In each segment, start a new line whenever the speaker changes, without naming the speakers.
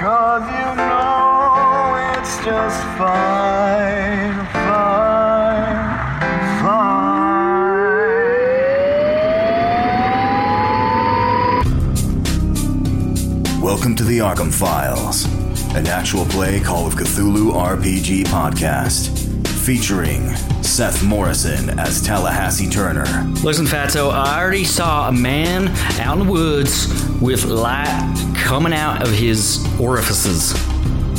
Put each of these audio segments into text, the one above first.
Cause you know it's just fine, fine,
Welcome to the Arkham Files, an actual play Call of Cthulhu RPG podcast featuring Seth Morrison as Tallahassee Turner,
Listen, Fatso, I already saw a man out in the woods with light coming out of his orifices.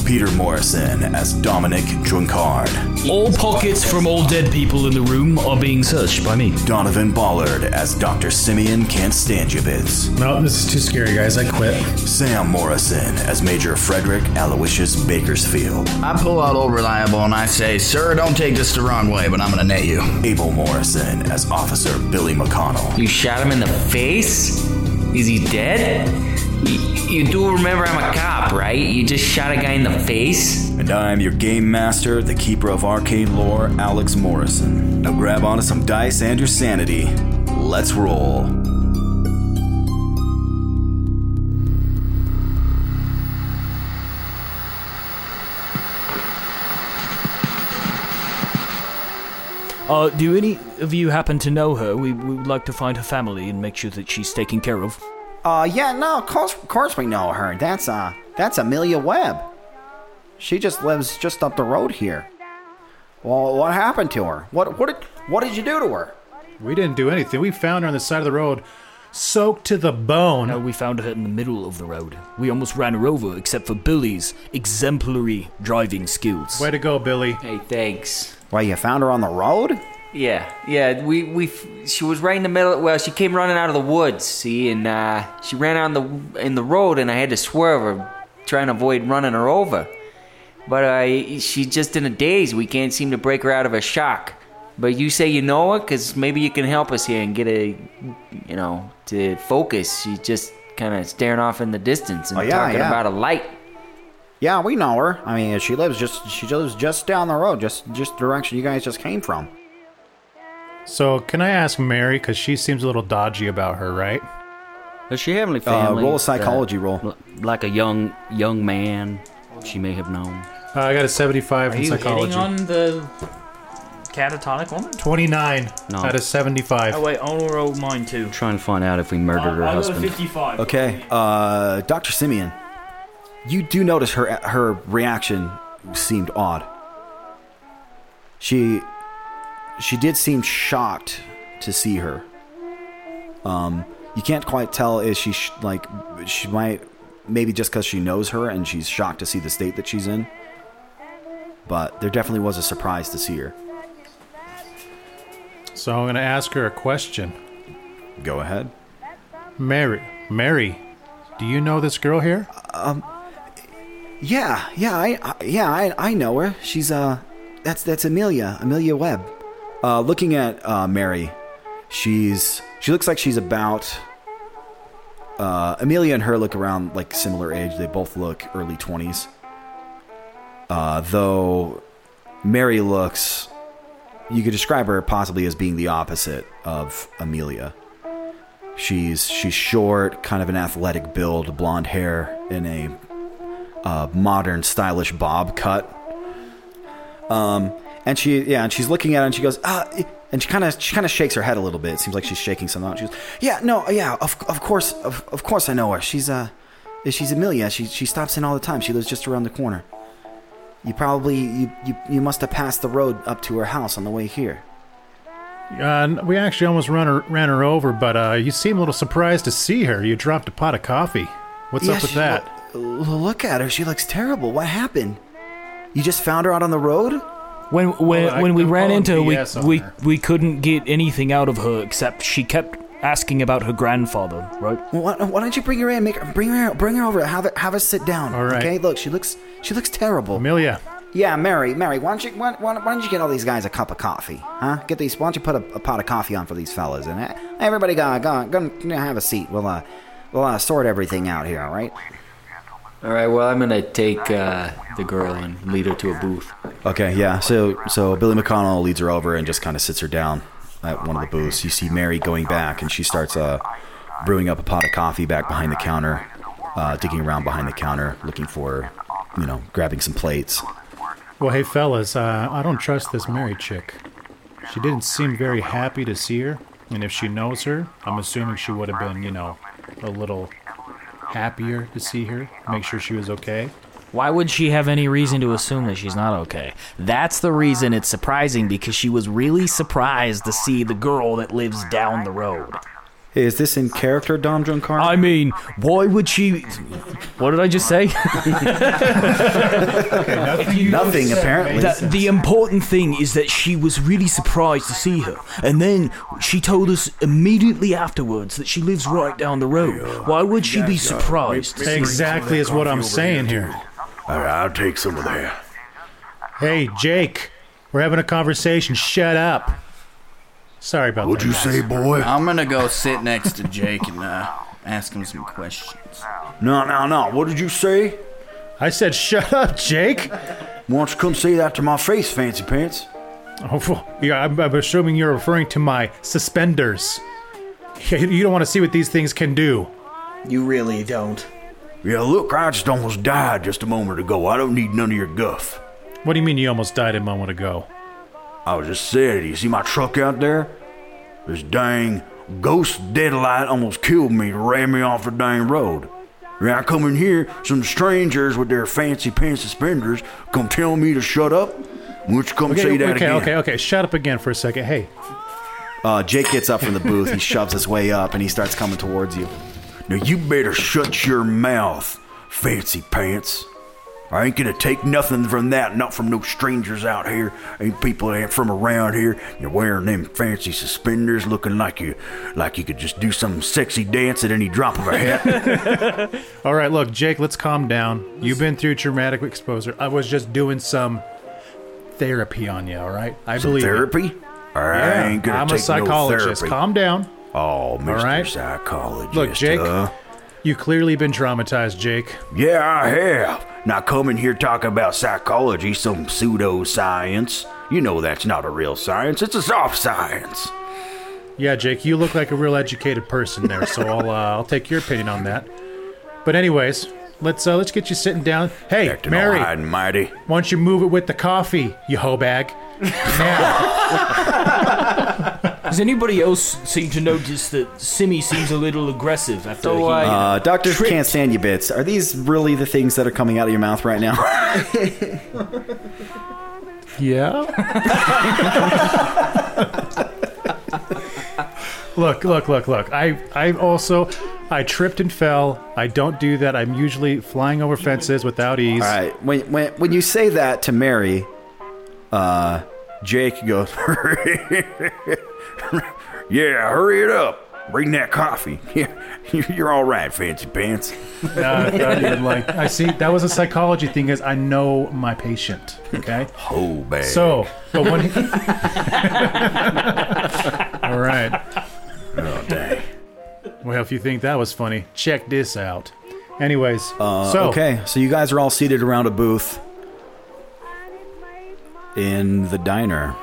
Peter Morrison as Dominic Drunkard,
All pockets from all dead people in the room are being searched by me.
Donovan Bollard as Dr. Simeon Can't Stand You Bits,
No, this is too scary, guys. I quit.
Sam Morrison as Major Frederick Aloysius Bakersfield,
I pull out old reliable and I say, Sir, don't take this the wrong way, but I'm gonna net you.
Abel Morrison as Officer Billy McConnell,
You shot him in the face? Is he dead? You, you do remember I'm a cop, right? You just shot a guy in the face?
and I'm your game master, the keeper of arcane lore, Alex Morrison. Now grab onto some dice and your sanity. Let's roll.
Uh, do any of you happen to know her? We, we would like to find her family and make sure that she's taken care of.
Uh, yeah, no, of course, of course we know her. That's, uh, that's Amelia Webb. She just lives just up the road here. Well, what happened to her? What, what did, what did you do to her?
We didn't do anything. We found her on the side of the road, soaked to the bone.
No, Uh, we found her in the middle of the road. We almost ran her over, except for Billy's exemplary driving skills.
Way to go, Billy.
Hey, thanks.
Why, you found her on the road?
Yeah, yeah. We we she was right in the middle. Well, she came running out of the woods, see, and uh, she ran out in the in the road, and I had to swerve her, trying to avoid running her over. But uh, she's just in a daze. We can't seem to break her out of her shock. But you say you know her, cause maybe you can help us here and get a, you know, to focus. She's just kind of staring off in the distance and
Oh, yeah,
talking
yeah.
about a light.
Yeah, we know her. I mean, she lives just she lives just down the road, just just the direction you guys just came from.
So, can I ask Mary? Because she seems a little dodgy about her, right?
Does she have any
family Uh,
uh,
roll a psychology that- roll. l-
Like a young young man, she may have known.
Uh, I got a 75 in psychology.
the catatonic woman?
29
No.
out of 75.
wait,
oh.
I'll roll mine too.
Try and find out if we murdered her husband.
55.
Okay, uh, Doctor Simeon, you do notice her her reaction seemed odd. She she did seem shocked to see her. Um, you can't quite tell is she sh- like she might maybe just because she knows her and she's shocked to see the state that she's in. But there definitely was a surprise to see her.
So, I'm going to ask her a question.
Go ahead.
Mary, Mary, do you know this girl here?
Um, Yeah, yeah, I, I yeah, I, I know her. She's uh, that's that's Amelia, Amelia Webb. Uh, looking at uh, Mary, she's she looks like she's about. Uh, Amelia and her look around like similar age. They both look early twenties. Uh, though Mary looks. You could describe her possibly as being the opposite of Amelia. She's she's short, kind of an athletic build, blonde hair in a uh, modern, stylish bob cut. Um, and she yeah, and she's looking at it and she goes ah, eh," and she kind of she kind of shakes her head a little bit. It seems like she's shaking something out. She goes yeah, no, yeah, of of course, of, of course I know her. She's uh, she's Amelia. She she stops in all the time. She lives just around the corner. You probably you, you you must have passed the road up to her house on the way here.
Uh, we actually almost ran her, ran her over, but uh, you seem a little surprised to see her. You dropped a pot of coffee. What's
Yeah,
up with
she-
that?
lo- lo- look at her. She looks terrible. What happened? You just found her out on the road?
When when
Well, I
when we
can
ran
call
into her, we
BS on
we,
her.
we couldn't get anything out of her except she kept asking about her grandfather, right?
Well, why, why don't you bring her in? Make her, bring her bring her over. Have her, have her sit down. All
right.
Okay. Look, she looks she looks terrible.
Amelia.
Yeah, Mary, Mary. Why don't you why, why, why don't you get all these guys a cup of coffee? Huh? Get these. Why don't you put a, a pot of coffee on for these fellas? And eh, everybody go go go you know, have a seat. We'll uh we'll uh, sort everything out here. All right.
All right. Well, I'm gonna take uh, the girl and lead her to a booth.
Okay, yeah. So so Billy McConnell leads her over and just kind of sits her down at one of the booths. You see Mary going back, and she starts uh, brewing up a pot of coffee back behind the counter, uh, digging around behind the counter, looking for, you know, grabbing some plates.
Well, hey, fellas, uh, I don't trust this Mary chick. She didn't seem very happy to see her, and if she knows her, I'm assuming she would have been, you know, a little happier to see her, make sure she was okay.
Why would she have any reason to assume that she's not okay? That's the reason it's surprising because she was really surprised to see the girl that lives down the road.
Is this in character, Dom Drunkarn?
I mean, why would she?
What did I just say?
Nothing, apparently.
The, the important thing is that she was really surprised to see her, and then she told us immediately afterwards that she lives right down the road. Why would she be surprised?
Exactly is what I'm saying here.
All right, I'll take some of that.
Hey, Jake, we're having a conversation. Shut up. Sorry about that. guys.
I'm gonna go sit next to Jake and uh, ask him some questions.
No, no, no. What did you say?
I said, shut up, Jake.
Why don't you come say that to my face, Fancy Pants?
Oh, well, yeah, I'm, I'm assuming you're referring to my suspenders. Yeah, You don't want to see what these things can do.
You really don't. Yeah, look, I just almost died just a moment ago. I don't need none of your guff.
What do you mean you almost died a moment ago?
I was just said, you see my truck out there? This dang ghost deadlight almost killed me, ran me off the dang road. And I come in here, some strangers with their fancy pants suspenders come tell me to shut up. Won't you come
okay,
say that
okay,
again?
okay, okay. Shut up again for a second. Hey,
Uh, Jake gets up from the booth. He shoves his way up, and he starts coming towards you.
Now you better shut your mouth, fancy pants. I ain't gonna take nothing from that, not from no strangers out here. Ain't people that from around here. You're wearing them fancy suspenders, looking like you, like you could just do some sexy dance at any drop of a hat.
all right, look, Jake, let's calm down. You've been through traumatic exposure. I was just doing some therapy on you, all right? I
some
believe it.
therapy. I
Yeah,
ain't gonna
I'm a
take no
psychologist.
therapy.
calm down.
Oh, Mr.
right.
Psychologist.
Look, Jake,
huh?
you clearly been traumatized, Jake.
Yeah, I have. Now come in here talking about psychology, some pseudoscience. You know that's not a real science. It's a soft science.
Yeah, Jake, you look like a real educated person there, so I'll uh, I'll take your opinion on that. But anyways, let's uh, let's get you sitting down. Hey,
Acting all
Mary,
high and mighty.
why don't you move it with the coffee, you hoe bag?
Does anybody else seem to notice that Simi seems a little aggressive after he,
Uh, doctors can't stand you bits. Are these really the things that are coming out of your mouth right now?
Yeah. look, look, look, look. I I also I tripped and fell. I don't do that. I'm usually flying over fences without ease.
All right. When when when you say that to Mary, uh, Jake goes.
Yeah, hurry it up. Bring that coffee. Yeah, you're all right, fancy pants.
No, not even uh, like I see that was a psychology thing is I know my patient. Okay.
Oh, man.
So, but when he, all right.
Oh, dang.
Well, if you think that was funny, check this out. Anyways,
Uh,
so
okay, so you guys are all seated around a booth, in the diner,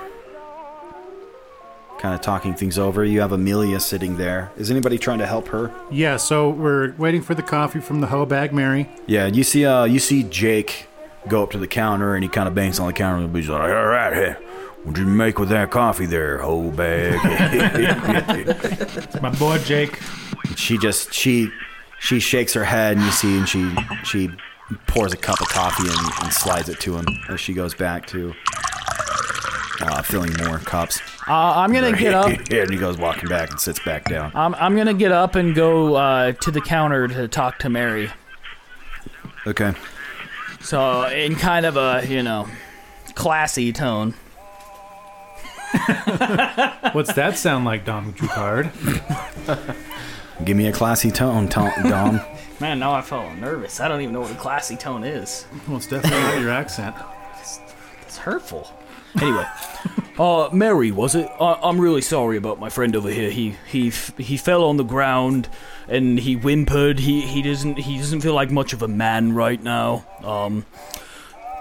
kind of talking things over. You have Amelia sitting there. Is anybody trying to help her?
Yeah, so we're waiting for the coffee from the hoe bag Mary.
Yeah, you see, uh, you see Jake go up to the counter and he kind of bangs on the counter and he's
Like,
like,
all right, hey, what'd you make with that coffee there, whole bag?
My boy Jake.
She just she she shakes her head and you see, and she she pours a cup of coffee and, and slides it to him as she goes back to uh, filling more cups.
Uh, I'm gonna get up.
and he goes walking back and sits back down.
I'm, I'm gonna get up and go uh, to the counter to talk to Mary.
Okay.
So in kind of a you know classy tone.
What's that sound like, Dom Jucard?
Give me a classy tone, Tom, Dom.
Man, now I feel nervous. I don't even know what a classy tone is.
Well, it's definitely not your accent.
It's hurtful.
Anyway, uh, Mary, was it? I- I'm really sorry about my friend over here.
He he f- he fell on the ground and he whimpered. He he doesn't he doesn't feel like much of a man right now. Um,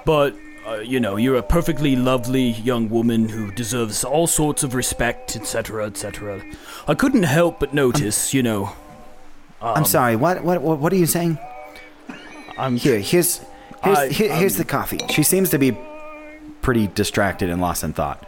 but uh, you know you're a perfectly lovely young woman who deserves all sorts of respect, etc., etc. I couldn't help but notice, you know. um,
I'm sorry. What what what what are you saying?
I'm
here. Here's here's
I-
here, here's
I'm-
the coffee. She seems to be pretty distracted and lost in thought.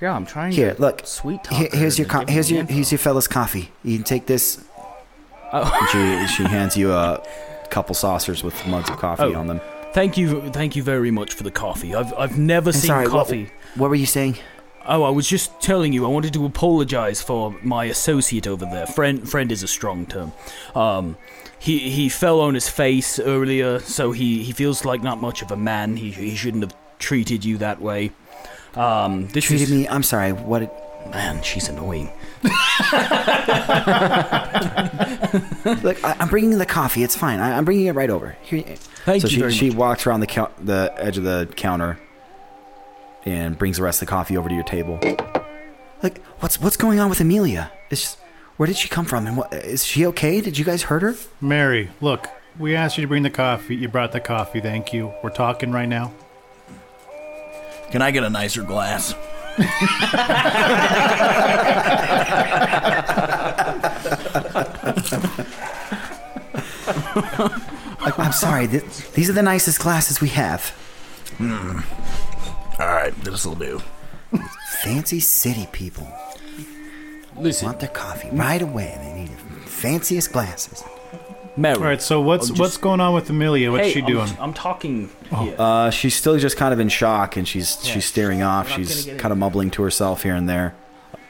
Yeah, I'm trying.
Here,
to
look.
Sweet talk.
Here,
her
here's your
to
co-
give me
here's
the
your
info.
here's your fella's coffee. You can take this.
Oh.
She she hands you a couple saucers with mugs of coffee
Oh.
on them.
Thank you, thank you very much for the coffee. I've I've never
I'm
seen
sorry, what-
coffee.
What, were you saying?
Oh, I was just telling you. I wanted to apologize for my associate over there. Friend, friend is a strong term. Um, he he fell on his face earlier, so he he feels like not much of a man. He he shouldn't have treated you that way. Um, this
Treated
is,
me. I'm sorry. What? It,
man, she's annoying.
Look, I, I'm bringing the coffee. It's fine. I, I'm bringing it right over. Here.
Thank
so
you
she,
very
she walks around the cou- the edge of the counter and brings the rest of the coffee over to your table. Like, what's what's going on with Amelia? It's just, where did she come from? And what is she okay? Did you guys hurt her?
Mary, look, we asked you to bring the coffee. You brought the coffee, thank you. We're talking right now.
Can I get a nicer glass?
Like, I'm sorry. Th- these are the nicest glasses we have.
Hmm. All right, this'll do.
Fancy city people.
Listen,
want their coffee right away. They need the fanciest glasses.
Mary.
All right, so what's
I'm just-
what's going on with Amelia? What's
Hey,
she
I'm-
doing?
I'm, talking. here.
Uh, she's still just kind of in shock, and she's
Yeah.
she's staring off.
We're not
She's
gonna get
kind of mumbling to herself here and there.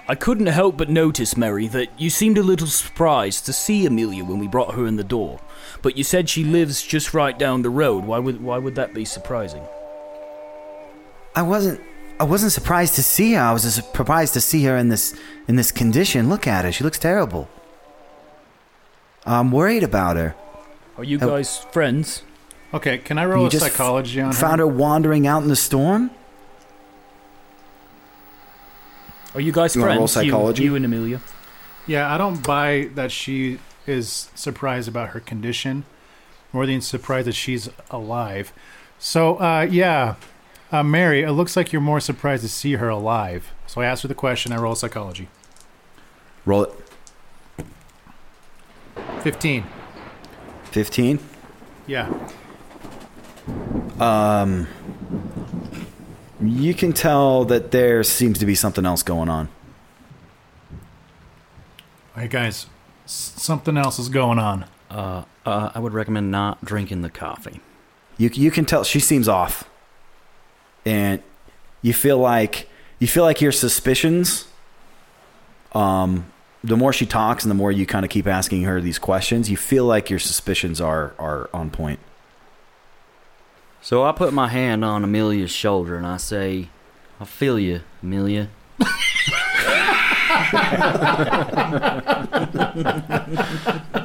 I couldn't help but notice, Mary, that you seemed a little surprised to see Amelia when we brought her in the door. But you said she lives just right down the road. Why would why would that be surprising?
I wasn't I wasn't surprised to see her. I was just surprised to see her in this in this condition. Look at her. She looks terrible. I'm worried about her.
Are you
Oh.
guys friends?
Okay, can I roll
You
a
just
psychology on
Found her wandering out in the storm.
Are you guys
You wanna
friends?
roll
You-
psychology?
You, and Amelia.
Yeah, I don't buy that she is surprised about her condition, more than surprised that she's alive. So, uh, yeah, uh, Mary, it looks like you're more surprised to see her alive. So I asked her the question. I roll psychology.
Roll it.
Fifteen.
Fifteen.
Yeah.
Um. You can tell that there seems to be something else going on.
All right, guys, s- something else is going on.
Uh, uh, I would recommend not drinking the coffee.
You you can tell she seems off, and you feel like you feel like your suspicions. Um, the more she talks, and the more you kind of keep asking her these questions, you feel like your suspicions are are on point.
So I put my hand on Amelia's shoulder and I say, I feel you, Amelia.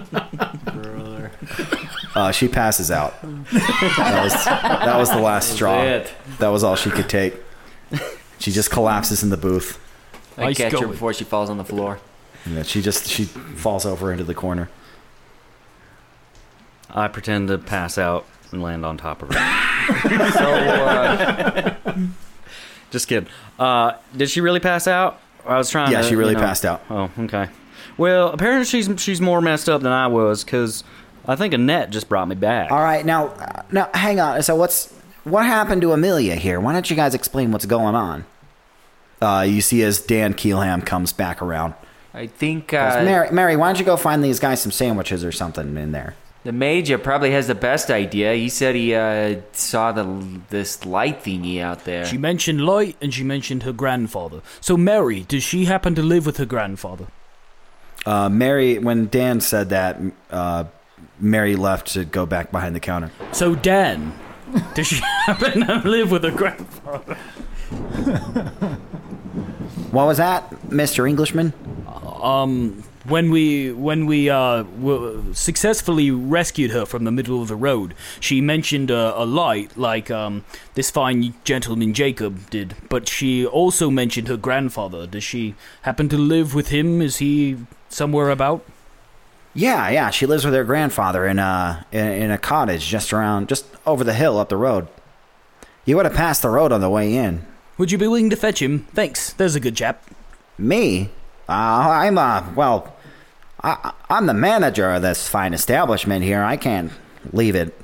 Brother.
Uh, she passes out. That was that was the last
That's
straw.
it.
That was all she could take. She just collapses in the booth.
I catch her before she falls on the floor.
Yeah, she just she falls over into the corner.
I pretend to pass out and land on top of her. so, uh, Just kidding. Uh, did she really pass out? I was trying.
Yeah,
to,
she really
you know-
passed out.
Oh, okay. Well, apparently she's she's more messed up than I was because I think Annette just brought me back.
All right, now, uh, now, hang on. So, what's what happened to Amelia here? Why don't you guys explain what's going on?
Uh, you see as Dan Keelham comes back around.
I think
Guys,
uh,
Mary, Mary, why don't you go find these guys some sandwiches or something in there?
the major probably has the best idea. He said he uh, saw the this light thingy out there.
She mentioned Light and she mentioned her grandfather. So, Mary, does she happen to live with her grandfather?
Uh, Mary, when Dan said that, uh, Mary left to go back behind the counter.
So, Dan, does she happen to live with her grandfather?
What was that, Mister Englishman?
Um, when we when we uh w- successfully rescued her from the middle of the road, she mentioned uh, a light like um this fine gentleman Jacob did, but she also mentioned her grandfather. Does she happen to live with him? Is he somewhere about?
Yeah, yeah. She lives with her grandfather in a in, in a cottage just around, just over the hill up the road. You would have passed the road on the way in.
Would you be willing to fetch him? Thanks. There's a good chap.
Me? Uh, I'm uh well, I, I'm the manager of this fine establishment here. I can't leave it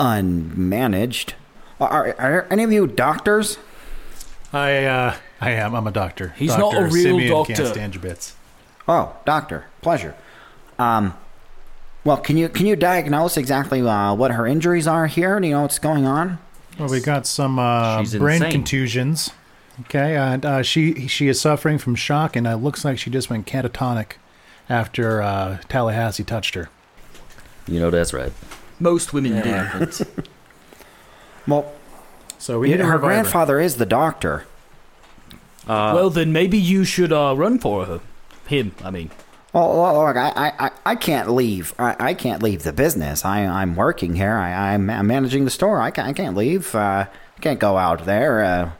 unmanaged. Are, are any of you doctors?
I uh, I am. I'm a doctor.
He's
doctor
not a real
Simeon
doctor.
Can't stand your bits.
Oh, doctor, pleasure. Um, well, can you can you diagnose exactly uh, what her injuries are here? Do you know what's going on?
Well, we got some uh,
She's
brain
insane.
contusions. Okay, and uh, she she is suffering from shock, and it looks like she just went catatonic after uh, Tallahassee touched her.
You know that's right.
Most women
Yeah.
do.
Well,
so
we need a
her
reviver.
grandfather is the doctor.
Uh,
well, then maybe you should uh, run for her. Him, I mean.
Well, well, Oh, look, I, I, I- I can't leave. I, I can't leave the business. I, I'm working here. I, I'm, I'm managing the store. I can't, I can't leave. Uh, I can't go out there. Uh,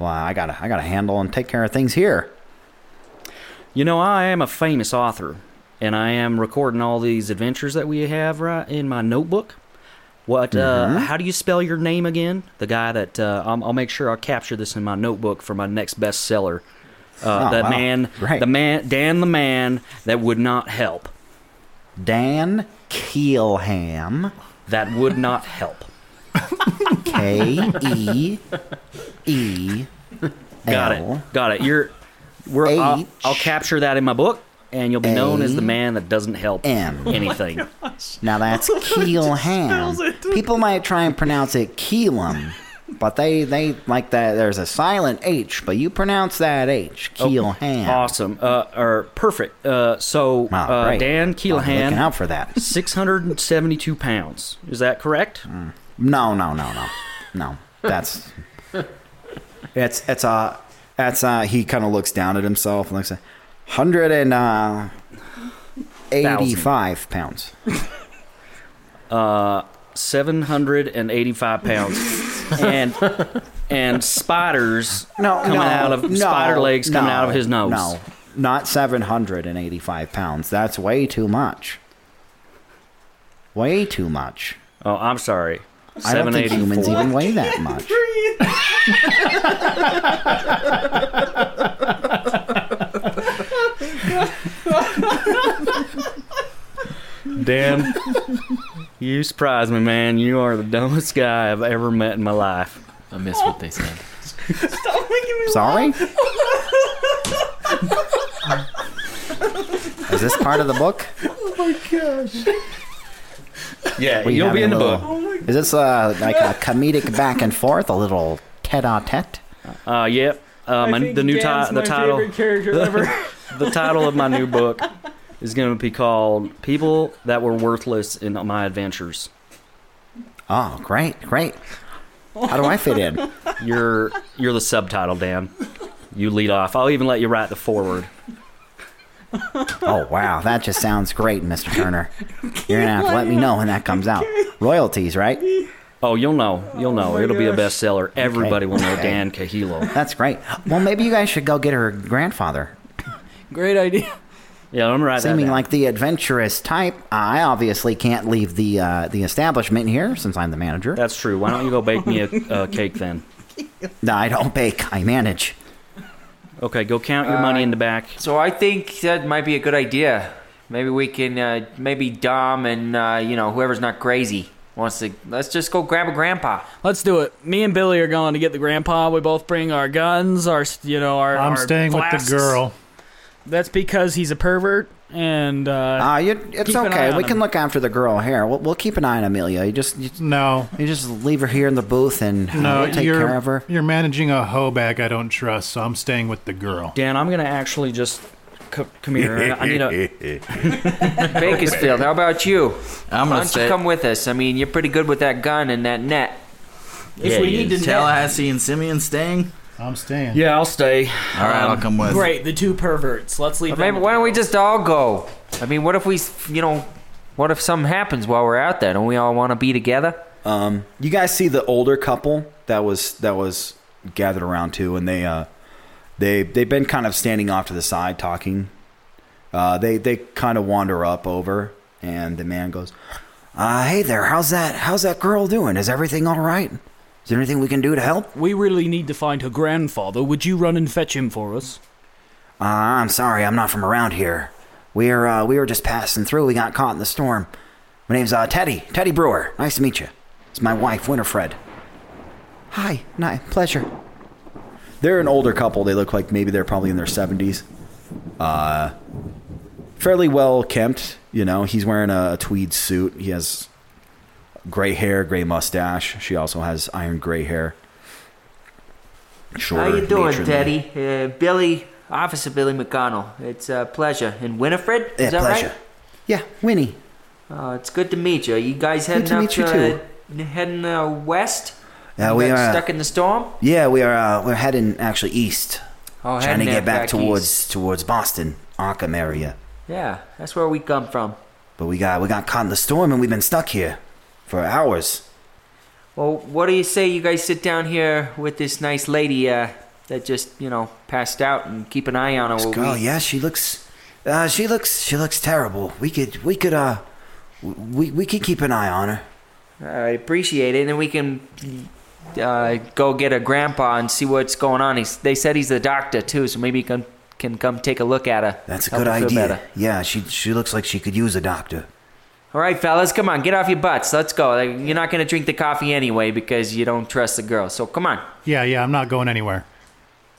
well, I gotta, I gotta handle and take care of things here.
You know, I am a famous author, and I am recording all these adventures that we have right in my notebook. What?
Mhm.
Uh, how do you spell your name again? The guy that uh, I'll, I'll make sure I capture this in my notebook for my next bestseller. Uh,
Oh,
the
wow.
man, the man, Dan, the man that would not help.
Dan Keelham.
That would not help.
K E E.
Got
L.
it. Got it. You're. We're. I'll,
H.
I'll capture that in my book, and you'll be known as the
A.
man that doesn't help
M. Oh my
anything.
Now that's Keelham. People might try and pronounce it Keelum, but they they like that. There's a silent H, but you pronounce that H.
Oh,
Keelham.
Awesome. Uh, or perfect. Uh, so
Wow,
uh,
great.
Dan
I'll be looking
Keelahan.
out for that.
Six hundred and seventy-two pounds. Is that correct?
Mm. No, no, no, no, no. That's it's it's uh
That's uh, he kind of looks down at himself and looks at
hundred and uh, eighty-five
Thousand.
pounds.
Uh, seven hundred and eighty-five pounds. and and spiders coming
no,
out of
no,
spider legs coming
no,
out of his nose.
No, not seven hundred and eighty-five pounds. That's way too much. Way too much.
Oh, I'm sorry.
I don't think humans
784.
even weigh that much.
Dan, you surprise me, man. You are the dumbest guy I've ever met in my life. I miss what they said.
Sorry? Is this part of the book?
Oh my gosh.
Yeah,
We
you'll be in
having
the
a
book.
little- Is this uh, like a comedic back and forth, a little tete-a-tete?
Uh, yep. Uh, my,
think
the new
Dan's
title. The
my
title.
favorite character
the,
ever.
the title of my new book is going to be called "People That Were Worthless in My Adventures."
Oh, great, great. How do I fit in?
You're you're the subtitle, Dan. You lead off. I'll even let you write the foreword.
Oh, wow, that just sounds great, Mr. Turner. You're gonna have to let me know when that comes out. Royalties, right?
Oh, you'll know. You'll know.
my
It'll be a
gosh.
bestseller. Everybody will know
Okay.
Dan Cahilo.
That's great. Well, maybe you guys should go get her grandfather.
Great idea.
Yeah, I'm right.
Seeming like the adventurous type, I obviously can't leave the uh, the establishment here since I'm the manager.
That's true. Why don't you go bake me a, a cake then?
No, I don't bake. I manage.
Okay, go count your money in the back.
Uh, So I think that might be a good idea. Maybe we can, uh, maybe Dom and uh, you know whoever's not crazy wants to. Let's just go grab a grandpa.
Let's do it. Me and Billy are going to get the grandpa. We both bring our guns, our you know, our.
I'm
our
staying with the
flasks.
girl.
That's because he's a pervert, and uh,
Ah, you it's
keep an eye
okay.
on
We
him.
can look after the girl here. We'll, we'll keep an eye on Amelia. You just you,
no.
You just leave her here in the booth, and uh,
No,
we'll take
you're
care of her.
you're managing a hoe bag I don't trust, so I'm staying with the girl.
Dan, I'm gonna actually just c- come here. I need a.
Bakersfield, how about you?
I'm
Why
gonna
don't
say-
you come with us? I mean, you're pretty good with that gun and that net.
If Yeah, we he need is. to net- Tallahassee and Simeon staying.
I'm staying.
Yeah, I'll stay.
All right,
Uh,
I'll come with.
Great, the two perverts. Let's leave.
Or maybe
them.
why don't we just all go? I mean, what if we, you know, what if something happens while we're out there? Don't we all want to be together?
Um, you guys see the older couple that was that was gathered around too, and they uh, they they've been kind of standing off to the side talking. Uh, they they kind of wander up over, and the man goes,
Uh, hey there. How's that? How's that girl doing? Is everything all right? Is there anything we can do to help?
We really need to find her grandfather. Would you run and fetch him for us?
Uh, I'm sorry, I'm not from around here. We're uh, we were just passing through. We got caught in the storm. My name's uh, Teddy. Teddy Brewer. Nice to meet you. It's my wife, Winifred. Hi. Nice pleasure.
They're an older couple. They look like maybe they're probably in their 70s. Uh, fairly well kempt, you know. He's wearing a tweed suit. He has gray hair, gray mustache. She also has iron gray hair. Shorter,
How you doing,
matronly.
Daddy? Uh, Billy, Officer Billy McConnell. It's a pleasure. And Winifred, is
Yeah,
that
pleasure.
right?
Yeah, Winnie.
Uh, it's good to meet you. You guys
Good
heading
to
up
meet you
to uh, heading uh, west?
Yeah,
You
we
got
are.
stuck in the storm.
Yeah, we are. Uh, we're heading actually east.
Oh,
trying to
heading
get
that
back,
back
towards towards Boston, Arkham area.
Yeah, that's where we come from.
But we got we got caught in the storm and we've been stuck here for hours.
Well, what do you say you guys sit down here with this nice lady uh, that just, you know, passed out and keep an eye on her? while
Girl,
we-
yeah, she looks, uh, she looks, she looks terrible. We could, we could, uh, we we could keep an eye on her.
I appreciate it. And then we can uh, go get a grandpa and see what's going on. He's, they said he's the doctor, too, so maybe he can, can come take a look at her.
That's a
Help
good
her feel
idea.
better.
Yeah, she she looks like she could use a doctor.
All right, fellas, come on, get off your butts. Let's go. Like, You're not going to drink the coffee anyway because you don't trust the girl. So come on.
Yeah, yeah, I'm not going anywhere.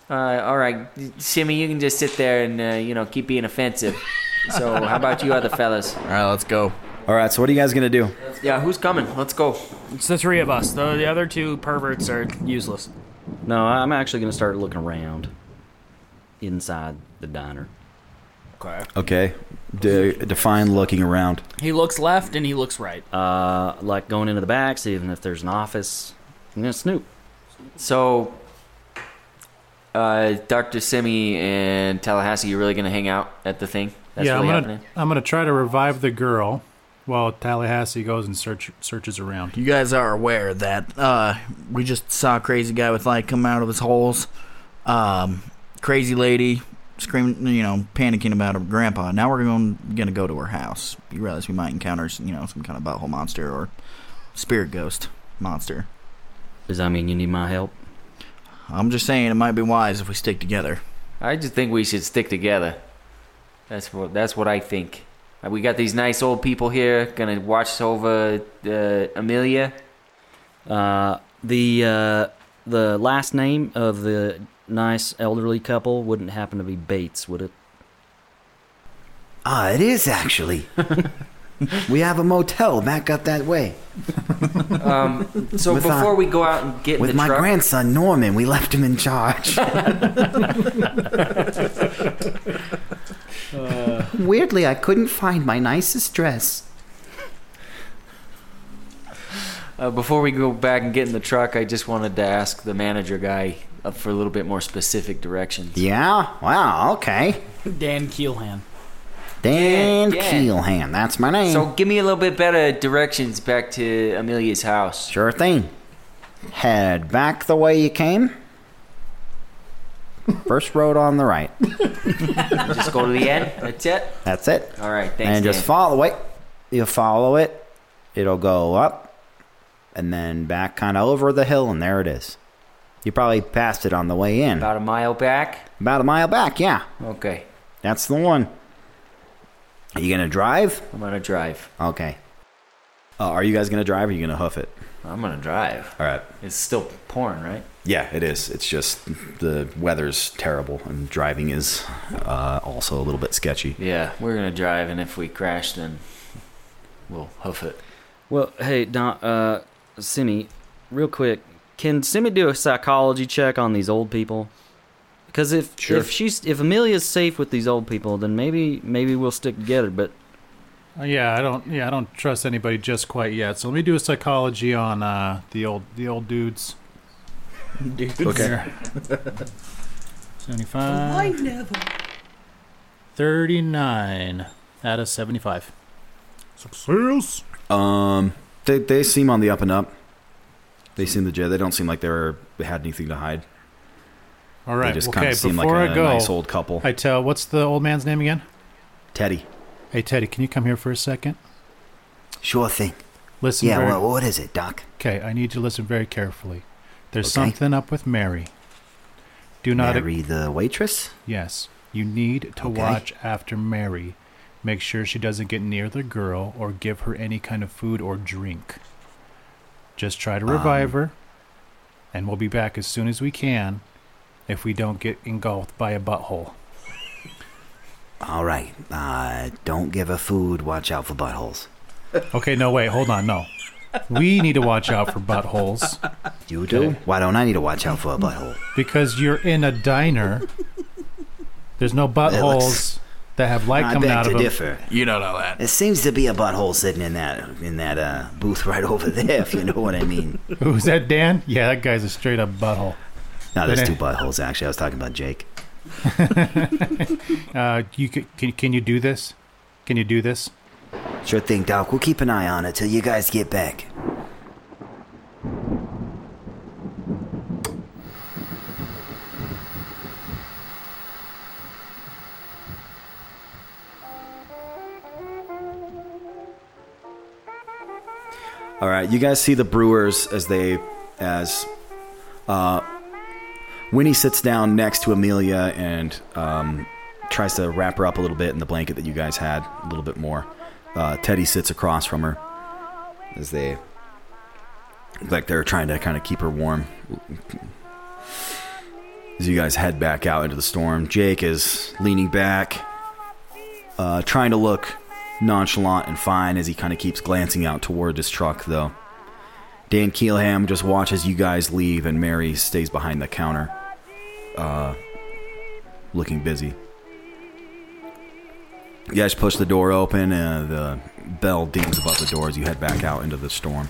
Uh, all right, Simmy, you can just sit there and, uh, you know, keep being offensive. So how about you other fellas?
All right, let's go.
All right, so what are you guys going to do?
Yeah, who's coming? Let's go.
It's the three of us. The, the other two perverts are useless.
No, I'm actually gonna start looking around inside the diner.
Okay.
Okay. De- define looking around.
He looks left and he looks right.
Uh, like going into the back, seeing if there's an office. I'm gonna snoop.
So, uh, Dr. Simi and Tallahassee, you're really going to hang out at the thing? That's
yeah,
really
I'm gonna
happening?
I'm gonna try to revive the girl while Tallahassee goes and search searches around.
You guys are aware that uh, we just saw a crazy guy with light come out of his holes. Um, crazy lady screaming, you know, panicking about her grandpa. Now we're going gonna go to her house. You realize we might encounter, you know, some kind of butthole monster or spirit ghost monster.
Does that mean you need my help?
I'm just saying it might be wise if we stick together.
I just think we should stick together. That's what that's what I think. Uh, We got these nice old people here gonna watch over uh, Amelia.
Uh, the uh, the last name of the nice elderly couple wouldn't happen to be Bates, would it?
Ah, it is actually. we have a motel back up that way.
Um, so
With, uh,
before we go out and get in
With
the
my
truck,
grandson Norman, we left him in charge. Weirdly, I couldn't find my nicest dress.
uh, before we go back and get in the truck, I just wanted to ask the manager guy uh, for a little bit more specific directions.
Yeah. Wow. Okay.
Dan Keelhan.
Dan
Yeah, yeah.
Keelhan. That's my name.
So give me a little bit better Uh, directions back to Amelia's house.
Sure thing. Head back the way you came. First road on the right.
just go to the end. That's it.
That's it.
All right. Thanks.
and just
Dan.
follow it. You follow it. It'll go up and then back kind of over the hill, and there it is. You probably passed it on the way in.
About a mile back?
About a mile back, yeah.
Okay.
That's the one. Are you going to drive?
I'm going to drive.
Okay. Uh, are you guys going to drive or are you going to hoof it?
I'm going to drive.
All right.
It's still pouring, right?
Yeah, it is. It's just the weather's terrible and driving is uh, also a little bit sketchy.
Yeah, we're going to drive, and if we crash, then we'll hoof it.
Well, hey, Don, uh, Simi, real quick, can Simi do a psychology check on these old people? Because if
Sure.
if she's if Amelia's safe with these old people, then maybe maybe we'll stick together. But
Uh, Yeah, I don't. Yeah, I don't trust anybody just quite yet. So let me do a psychology on uh, the old the old dudes. Dudes.
Okay.
Seventy-five.
never.
39 out of 75. Success.
Um, they they seem on the up and up. They seem legit. They don't seem like they're they had anything to hide.
All right.
They just
okay,
kinda seem like
before
a
I go,
nice old couple.
I tell, what's the old man's name again?
Teddy.
Hey, Teddy, can you come here for a second?
Sure thing.
Listen.
Yeah,
very-
well, what is it, Doc?
Okay, I need you to listen very carefully. There's
Okay.
something up with Mary. Do not
Mary the waitress.
Yes, you need to watch after Mary. Make sure she doesn't get near the girl or give her any kind of food or drink. Just try
Um,
to revive her, and we'll be back as soon as we can. If we don't get engulfed by a butthole.
All right. Uh, don't give her food. Watch out for buttholes.
Okay, no, wait, hold on, no. We need to watch out for buttholes.
You do? Why don't I need to watch out for a butthole?
Because you're in a diner. There's no buttholes that have light
I
coming
beg
out
to
of them.
differ.
You don't know that.
There seems to be a butthole sitting in that in that uh, booth right over there. If you know what I mean.
Who's that, Dan? Yeah, that guy's a straight up butthole.
No, there's
But,
two buttholes actually. I was talking about Jake.
Uh, you c- can, can you do this? Can you do this?
Sure thing, Doc. We'll keep an eye on it till you guys get back.
All right, you guys see the Brewers as they as uh, Winnie sits down next to Amelia and um, tries to wrap her up a little bit in the blanket that you guys had a little bit more. Uh, Teddy sits across from her as they like they're trying to kind of keep her warm. As you guys head back out into the storm, Jake is leaning back, uh, trying to look nonchalant and fine as he kind of keeps glancing out toward his truck, though. Dan Keelham just watches you guys leave, and Mary stays behind the counter, uh, looking busy. You guys push the door open, and the bell dings above the door as you head back out into the storm.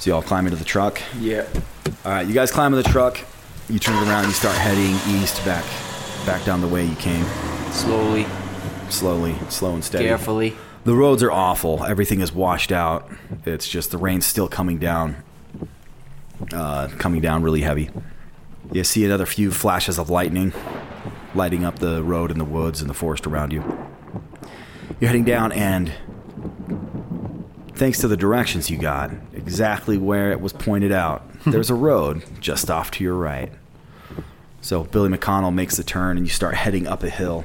So y'all climb into the truck.
Yeah.
All right, you guys climb in the truck. You turn it around. You start heading east, back, back down the way you came.
Slowly.
Slowly, slow and steady.
Carefully.
The roads are awful. Everything is washed out. It's just the rain's still coming down, uh, coming down really heavy. You see another few flashes of lightning, lighting up the road and the woods and the forest around you. You're heading down, and thanks to the directions you got, exactly where it was pointed out, there's a road just off to your right. So Billy McConnell makes the turn, and you start heading up a hill.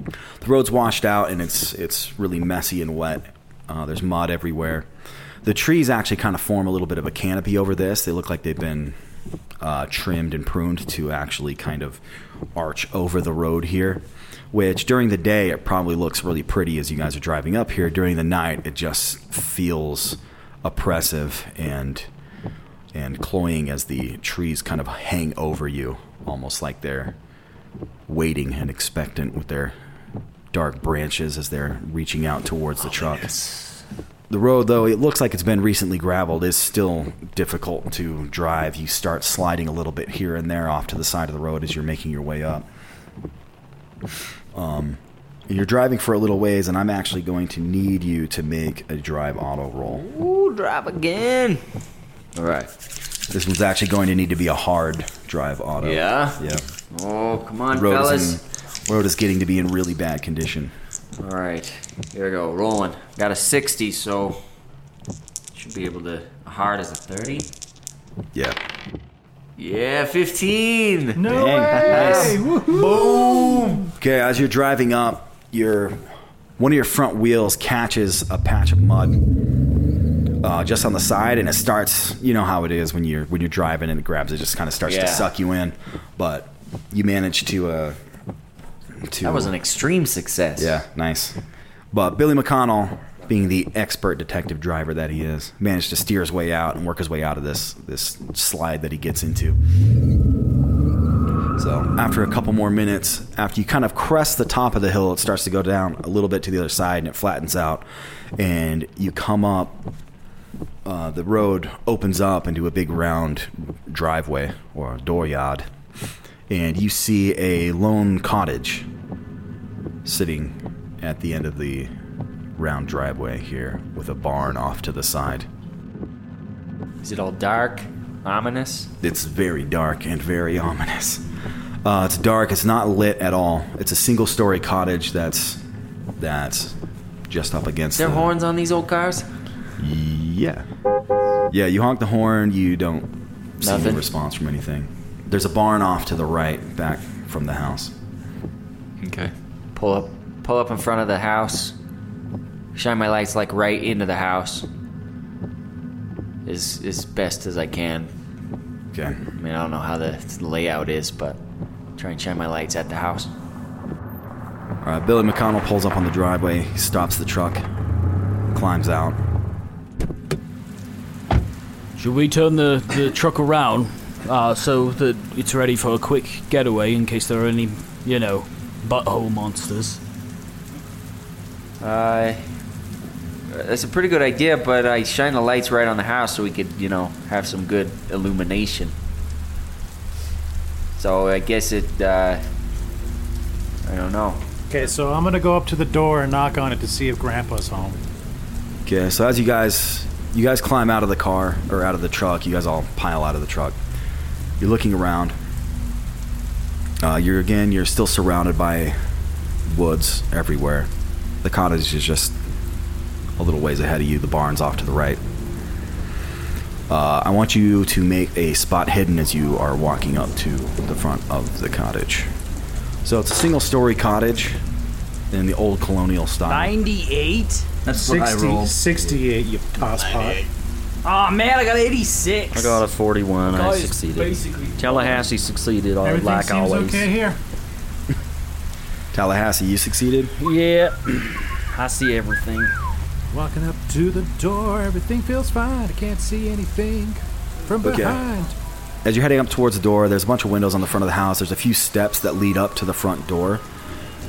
The road's washed out, and it's it's really messy and wet. Uh, there's mud everywhere. The trees actually kind of form a little bit of a canopy over this. They look like they've been uh, trimmed and pruned to actually kind of arch over the road here. Which during the day it probably looks really pretty as you guys are driving up here. During the night it just feels oppressive and and cloying as the trees kind of hang over you, almost like they're waiting and expectant with their dark branches as they're reaching out towards
Oh,
the truck. The road, though, it looks like it's been recently graveled, is still difficult to drive. You start sliding a little bit here and there off to the side of the road as you're making your way up. Um, you're driving for a little ways, and I'm actually going to need you to make a drive auto roll.
Ooh, drive again.
All right. This one's actually going to need to be a hard drive auto.
Yeah?
Yeah.
Oh, come on,
The road
fellas.
Is in, road is getting to be in really bad condition.
All right, here we go. Rolling. Got a 60, so Should be able to. Hard as a 30.
Yeah.
Yeah, 15.
No Dang. way! Boom! Okay, as you're driving up, your one of your front wheels catches a patch of mud uh, just on the side, and it starts. You know how it is when you're when you're driving and it grabs. It just kind of starts
Yeah.
to suck you in, but you manage to. Uh, to
That was an extreme success.
Yeah, nice. But Billy McConnell, being the expert detective driver that he is, managed to steer his way out and work his way out of this this slide that he gets into. So after a couple more minutes, after you kind of crest the top of the hill, it starts to go down a little bit to the other side and it flattens out, and you come up. Uh, the road opens up into a big round driveway or dooryard, and you see a lone cottage sitting at the end of the round driveway here with a barn off to the side.
Is it all dark? Ominous?
It's very dark and very ominous. Uh, it's dark. It's not lit at all. It's a single-story cottage that's that's just up against.
Is there
the-
horns on these old cars?
Yeah. Yeah, you honk the horn, you don't see any
Nothing.
response from anything. There's a barn off to the right, back from the house.
Okay. Pull up. Pull up in front of the house. Shine my lights like right into the house. As as best as I can.
Okay. I
mean, I don't know how the layout is, but try and shine my lights at the house.
All right, Uh, Billy McConnell pulls up on the driveway, he stops the truck, climbs out.
Should we turn the, the truck around uh, so that it's ready for a quick getaway in case there are any, you know, butthole monsters?
Uh, that's a pretty good idea, but I shine the lights right on the house so we could, you know, have some good illumination. So I guess it. Uh, I don't know.
Okay, so I'm gonna go up to the door and knock on it to see if Grandpa's home.
Okay, so as you guys you guys climb out of the car or out of the truck, you guys all pile out of the truck. You're looking around. Uh, you're again you're still surrounded by woods everywhere. The cottage is just a little ways ahead of you. The barn's off to the right. Uh, I want you to make a spot hidden as you are walking up to the front of the cottage. So it's a single story cottage in the old colonial style.
98?
That's
68, you tosspot.
Ah,
Oh man, I got 86.
I got a 41. I
Guys,
succeeded.
basically-
Tallahassee succeeded, all,
Everything
like
seems
always.
okay here.
Tallahassee, you succeeded?
Yeah. I see everything.
Walking up to the door, everything feels fine. I can't see anything from
Okay.
behind.
As you're heading up towards the door, there's a bunch of windows on the front of the house. There's a few steps that lead up to the front door.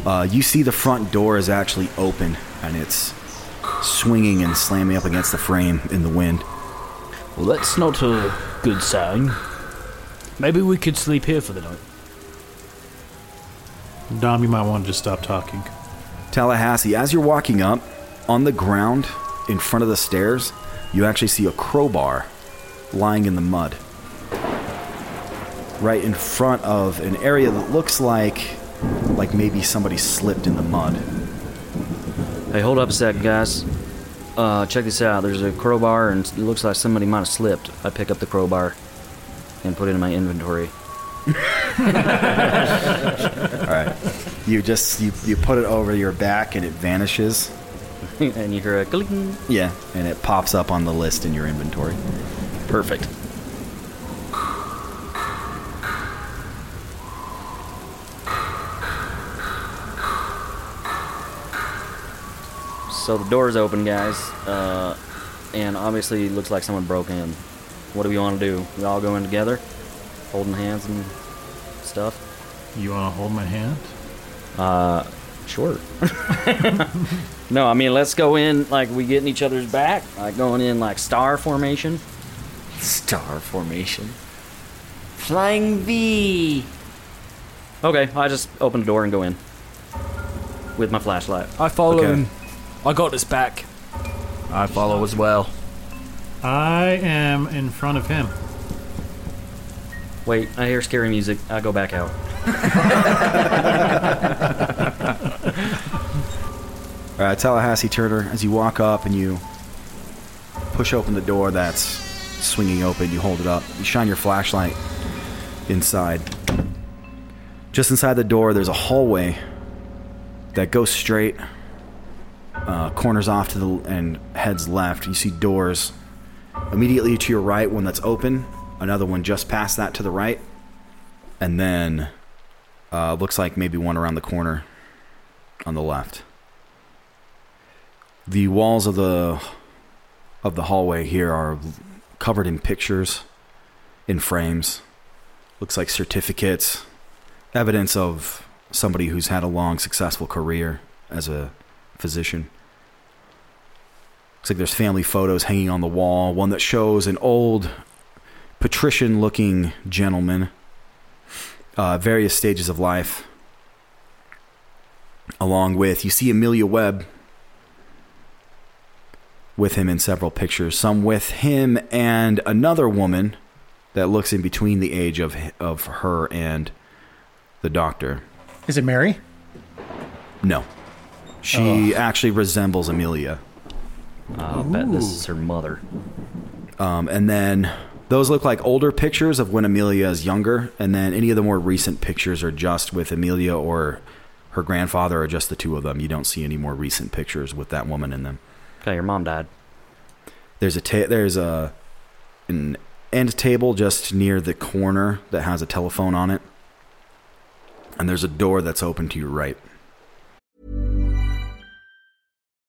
Uh, you see the front door is actually open and it's swinging and slamming up against the frame in the wind.
Well, that's not a good sign. Maybe we could sleep here for the night.
Dom, you might want to just stop talking.
Tallahassee, as you're walking up, on the ground in front of the stairs, you actually see a crowbar lying in the mud. Right in front of an area that looks like like maybe somebody slipped in the mud.
Hey, hold up a second, guys. Uh, check this out. There's a crowbar, and it looks like somebody might have slipped. I pick up the crowbar and put it in my inventory.
All right. You just you, you put it over your back and it vanishes.
and you hear a cling.
Yeah, and it pops up on the list in your inventory.
Perfect. So the door's open, guys, uh, and obviously it looks like someone broke in. What do we want to do? We all go in together, holding hands and stuff.
You want to hold my hand?
Uh, sure. no, I mean let's go in like we get in each other's back, like going in like star formation. Star formation.
Flying V.
Okay, I just open the door and go in with my flashlight.
I follow
Okay.
him. I got his back.
I follow as well.
I am in front of him.
Wait, I hear scary music. I go back out.
All right, Tallahassee Turner, as you walk up and you push open the door that's swinging open. You hold it up. You shine your flashlight inside. Just inside the door, there's a hallway that goes straight, uh, corners off to the and heads left. You see doors immediately to your right, one that's open, another one just past that to the right, and then uh, looks like maybe one around the corner on the left. The walls of the of the hallway here are covered in pictures, in frames. Looks like certificates, evidence of somebody who's had a long, successful career as a physician. Looks like there's family photos hanging on the wall. One that shows an old patrician looking gentleman, uh, various stages of life. Along with, you see Amelia Webb with him in several pictures, some with him and another woman that looks in between the age of, of her and the doctor.
Is it Mary?
No. She actually resembles Amelia.
I bet this is her mother.
Um, and then those look like older pictures of when Amelia is younger, and then any of the more recent pictures are just with Amelia or her grandfather, or just the two of them. You don't see any more recent pictures with that woman in them.
Okay, your mom died.
There's a ta- there's a an end table just near the corner that has a telephone on it, and there's a door that's open to your right.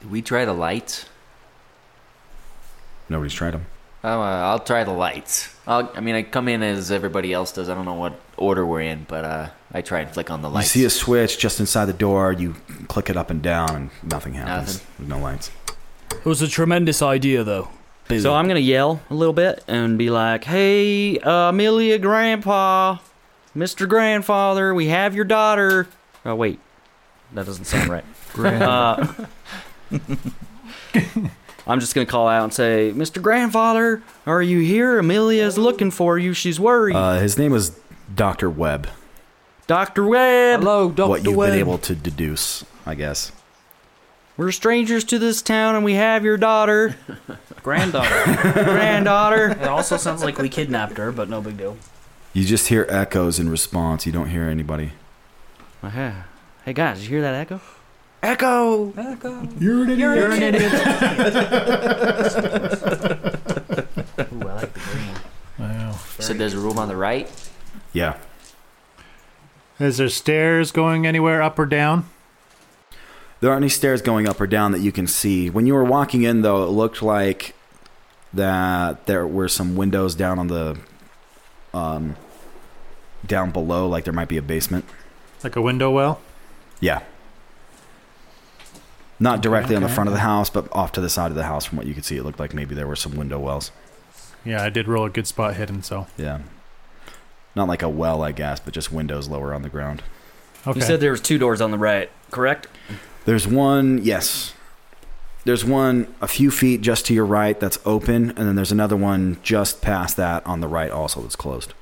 Did we try the lights?
Nobody's tried them.
Oh, uh, I'll try the lights. I'll, I mean, I come in as everybody else does. I don't know what order we're in, but uh, I try and flick on the lights.
You see a switch just inside the door. You click it up and down, and nothing happens. There's no lights.
It was a tremendous idea, though.
So I'm gonna yell a little bit and be like, "Hey, uh, Amelia, Grandpa, Mr. Grandfather, we have your daughter." Oh wait, that doesn't sound right.
Grand-
Uh, I'm just gonna call out and say, "Mr. Grandfather, are you here? Amelia's looking for you. She's worried."
Uh, his name is Doctor Webb.
Doctor Webb. Hello,
what you've been able to deduce, I guess.
We're strangers to this town, and we have your daughter,
Granddaughter.
granddaughter.
It also sounds like we kidnapped her, but no big deal.
You just hear echoes in response. You don't hear anybody.
Uh-huh. Hey guys, you hear that echo?
Echo.
Echo.
You're
an
You're an idiot. idiot.
Ooh, I like the green.
Wow. So there's a room on the right.
Yeah.
Is there stairs going anywhere up or down?
There aren't any stairs going up or down that you can see. When you were walking in, though, it looked like that there were some windows down on the, um, down below, like there might be a basement.
Like a window well?
Yeah. Not directly on the
okay.
front of the house, but off to the side of the house. From what you could see, it looked like maybe there were some window wells.
Yeah, I did roll a good spot hidden, so.
Yeah. Not like a well, I guess, but just windows lower on the ground.
You said there was two doors on the right, correct?
There's one, yes. There's one a few feet just to your right that's open, and then there's another one just past that on the right also that's closed.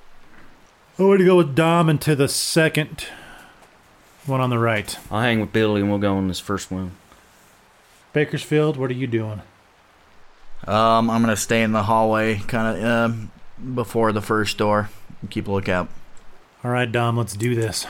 I'm going Oh, to go with Dom into the second one on the right.
I'll hang with Billy, and we'll go on this first one.
Bakersfield, what are you doing?
Um, I'm gonna stay in the hallway, kind of um, before the first door. and Keep a lookout.
All right, Dom, let's do this.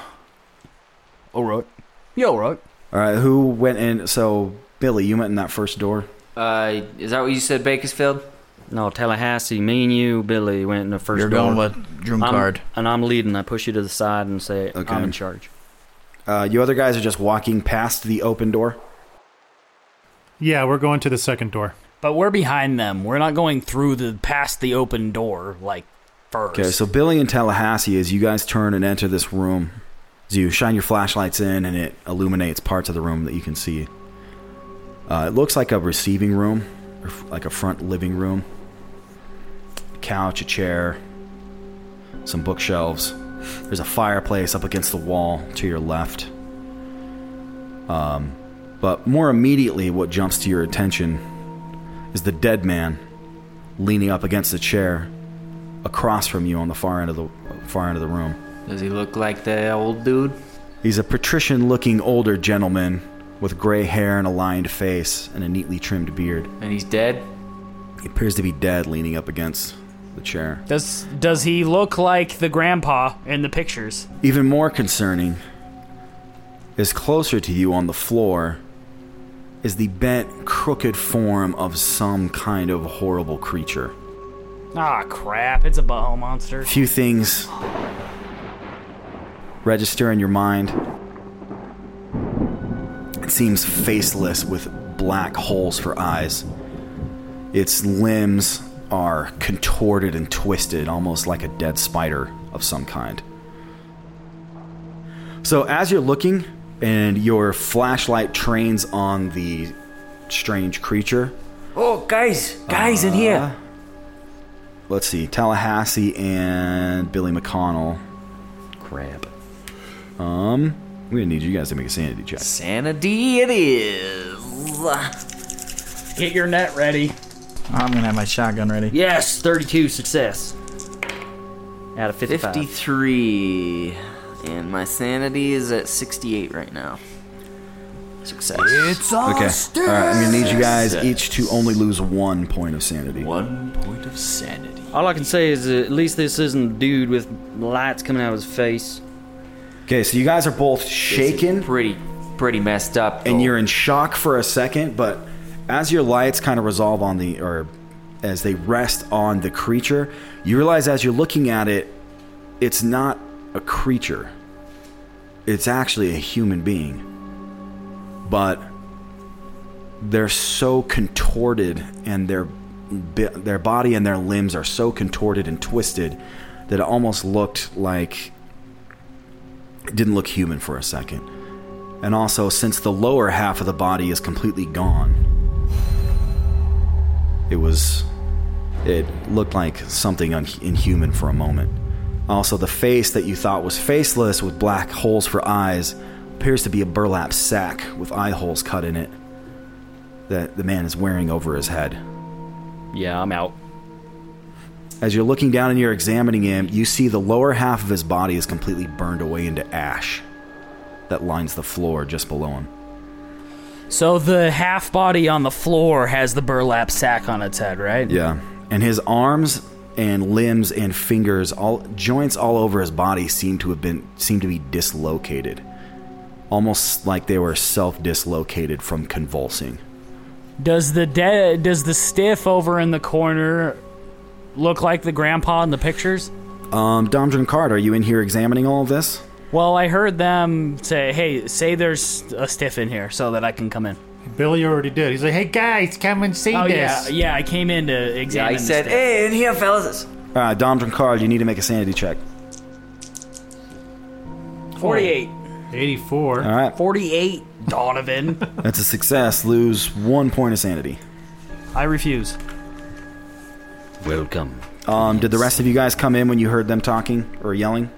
All right. Yeah, all right.
All right, who went in? So Billy, you went in that first door.
Uh, is that what you said, Bakersfield? No, Tallahassee. Me and you, Billy, went in the first.
You're
door.
going with Dream
I'm-
Card.
and I'm leading. I push you to the side and say, "I'm in charge."
Uh, you other guys are just walking past the open door.
Yeah, we're going to the second door.
But we're behind them. We're not going through the past the open door like first.
Okay, so Billy and Tallahassee, as you guys turn and enter this room, as you shine your flashlights in and it illuminates parts of the room that you can see. Uh, it looks like a receiving room, or f- like a front living room. A couch, a chair, some bookshelves. There's a fireplace up against the wall to your left. Um, but more immediately, what jumps to your attention is the dead man leaning up against the chair across from you on the far end of the far end of the room.
Does he look like the old dude?
He's a patrician-looking older gentleman with gray hair and a lined face and a neatly trimmed beard.
And he's dead.
He appears to be dead, leaning up against the chair.
does does he look like the grandpa in the pictures?
Even more concerning is closer to you on the floor is the bent, crooked form of some kind of horrible creature.
Ah, crap! It's a butthole monster.
few things register in your mind. It seems faceless with black holes for eyes. Its limbs are contorted and twisted, almost like a dead spider of some kind. So, as you're looking and your flashlight trains on the strange creature,
Oh, guys, guys, in here.
let's see, Tallahassee and Billy McConnell. Crap. Um, we gonna need you guys to make a sanity check.
Sanity it is.
Get your net ready.
I'm gonna have my shotgun ready.
Yes, 32 success. Out of 55.
53. And my sanity is at 68 right now. Success. It's
Okay. All right, I'm gonna need you guys each to only lose one point of sanity.
One point of sanity.
All I can say is that at least this isn't a dude with lights coming out of his face.
Okay, so you guys are both shaken.
Pretty, pretty messed up.
And you're in shock for a second, but as your lights kind of resolve on the, or as they rest on the creature, you realize as you're looking at it, it's not a creature. It's actually a human being. But they're so contorted and their bi- their body and their limbs are so contorted and twisted that it almost looked like it didn't look human for a second. And also since the lower half of the body is completely gone. It was it looked like something un- inhuman for a moment. Also the face that you thought was faceless with black holes for eyes appears to be a burlap sack with eye holes cut in it that the man is wearing over his head.
Yeah, I'm out.
As you're looking down and you're examining him, you see the lower half of his body is completely burned away into ash that lines the floor just below him.
So the half body on the floor has the burlap sack on its head, right?
Yeah. And his arms and limbs and fingers, all joints all over his body seem to have been seem to be dislocated. Almost like they were self-dislocated from convulsing.
Does the dead does the stiff over in the corner look like the grandpa in the pictures?
Um, Domdrin Card, are you in here examining all of this?
Well, I heard them say, "Hey, say there's a stiff in here so that I can come in."
Billy already did. He's like, hey guys, come and see
oh yeah,
this.
yeah, I came in to examine.
I
the
said,
stiff.
hey, in here, fellas.
Oh,
Uh, Domdrin Card, you need to make a sanity check.
48.
84.
All right.
48, Donovan.
That's a success. Lose one point of sanity.
I refuse.
Welcome.
Um, did the rest of you guys come in when you heard them talking or yelling?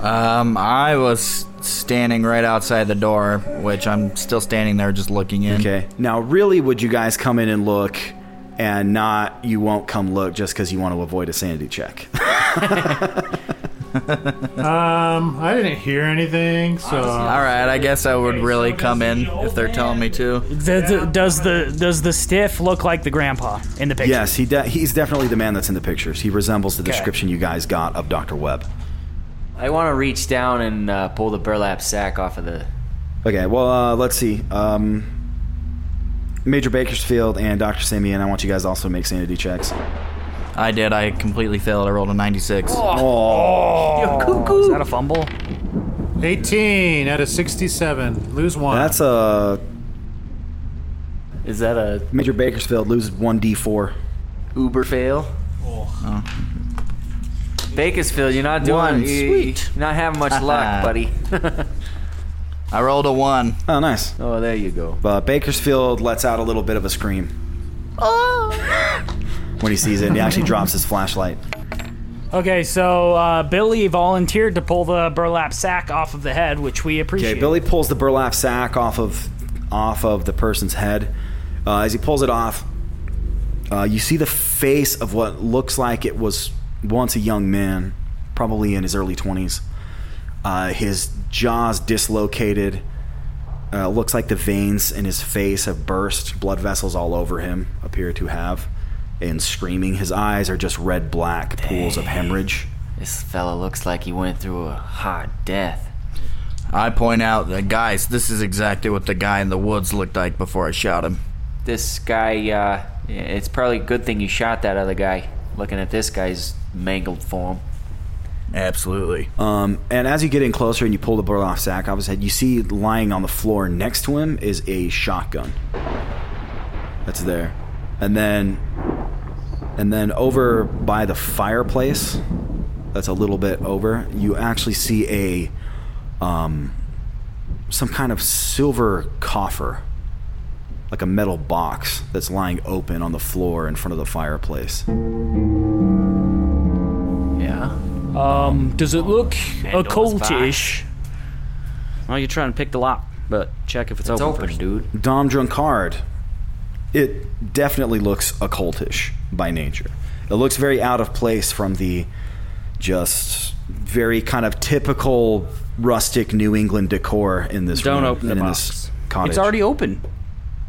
Um, I was standing right outside the door, which I'm still standing there just looking in.
Okay. Now, really, would you guys come in and look, and not you won't come look just because you want to avoid a sanity check?
Um, I didn't hear anything, so.
All right, I guess I would really come in if they're telling me to.
Does the, does the does the stiff look like the grandpa in the picture?
yes, he de- he's definitely the man that's in the pictures. He resembles the
Okay.
description you guys got of Doctor Webb.
I want to reach down and uh, pull the burlap sack off of the.
Okay, well, uh, let's see. Um, Major Bakersfield and Dr. Simeon, I want you guys to also make sanity checks.
I did. I completely failed. I rolled a 96.
Is that a fumble?
18 out of 67. Lose one.
That's a.
Is that a.
Major Bakersfield loses 1d4.
Uber fail.
Oh.
Bakersfield, you're not doing
One.
you-
Sweet.
You're not having much luck, buddy.
I rolled a 1. Oh, nice.
Oh, there you go.
But Bakersfield lets out a little bit of a scream when he sees it, and he actually drops his flashlight.
Okay, so uh, Billy volunteered to pull the burlap sack off of the head, which we appreciate.
Okay, Billy pulls the burlap sack off of off of the person's head. Uh, as he pulls it off, uh, you see the face of what looks like it was once a young man, probably in his early twenties. Uh, his jaws dislocated. Uh, looks like the veins in his face have burst. Blood vessels all over him appear to have, and screaming. His eyes are just red black pools of hemorrhage.
This fella looks like he went through a hard death.
I point out that, guys, this is exactly what the guy in the woods looked like before I shot him.
This guy, uh, it's probably a good thing you shot that other guy. Looking at this guy's mangled form.
Absolutely. Um, and as you get in closer and you pull the burlap sack off his head, you see lying on the floor next to him is a shotgun. That's there, and then, and then over by the fireplace, that's a little bit over. You actually see a, um, some kind of silver coffer, like a metal box that's lying open on the floor in front of the fireplace.
Yeah.
Um, does it look
occultish? Well, you're trying to pick the lock, but check if it's,
It's
open,
open.
first. dude.
Dom Drunkard, it definitely looks occultish by nature. It looks very out of place from the just very kind of typical rustic New England decor in this
Don't
room
open the
and in
box.
this cottage.
It's already open.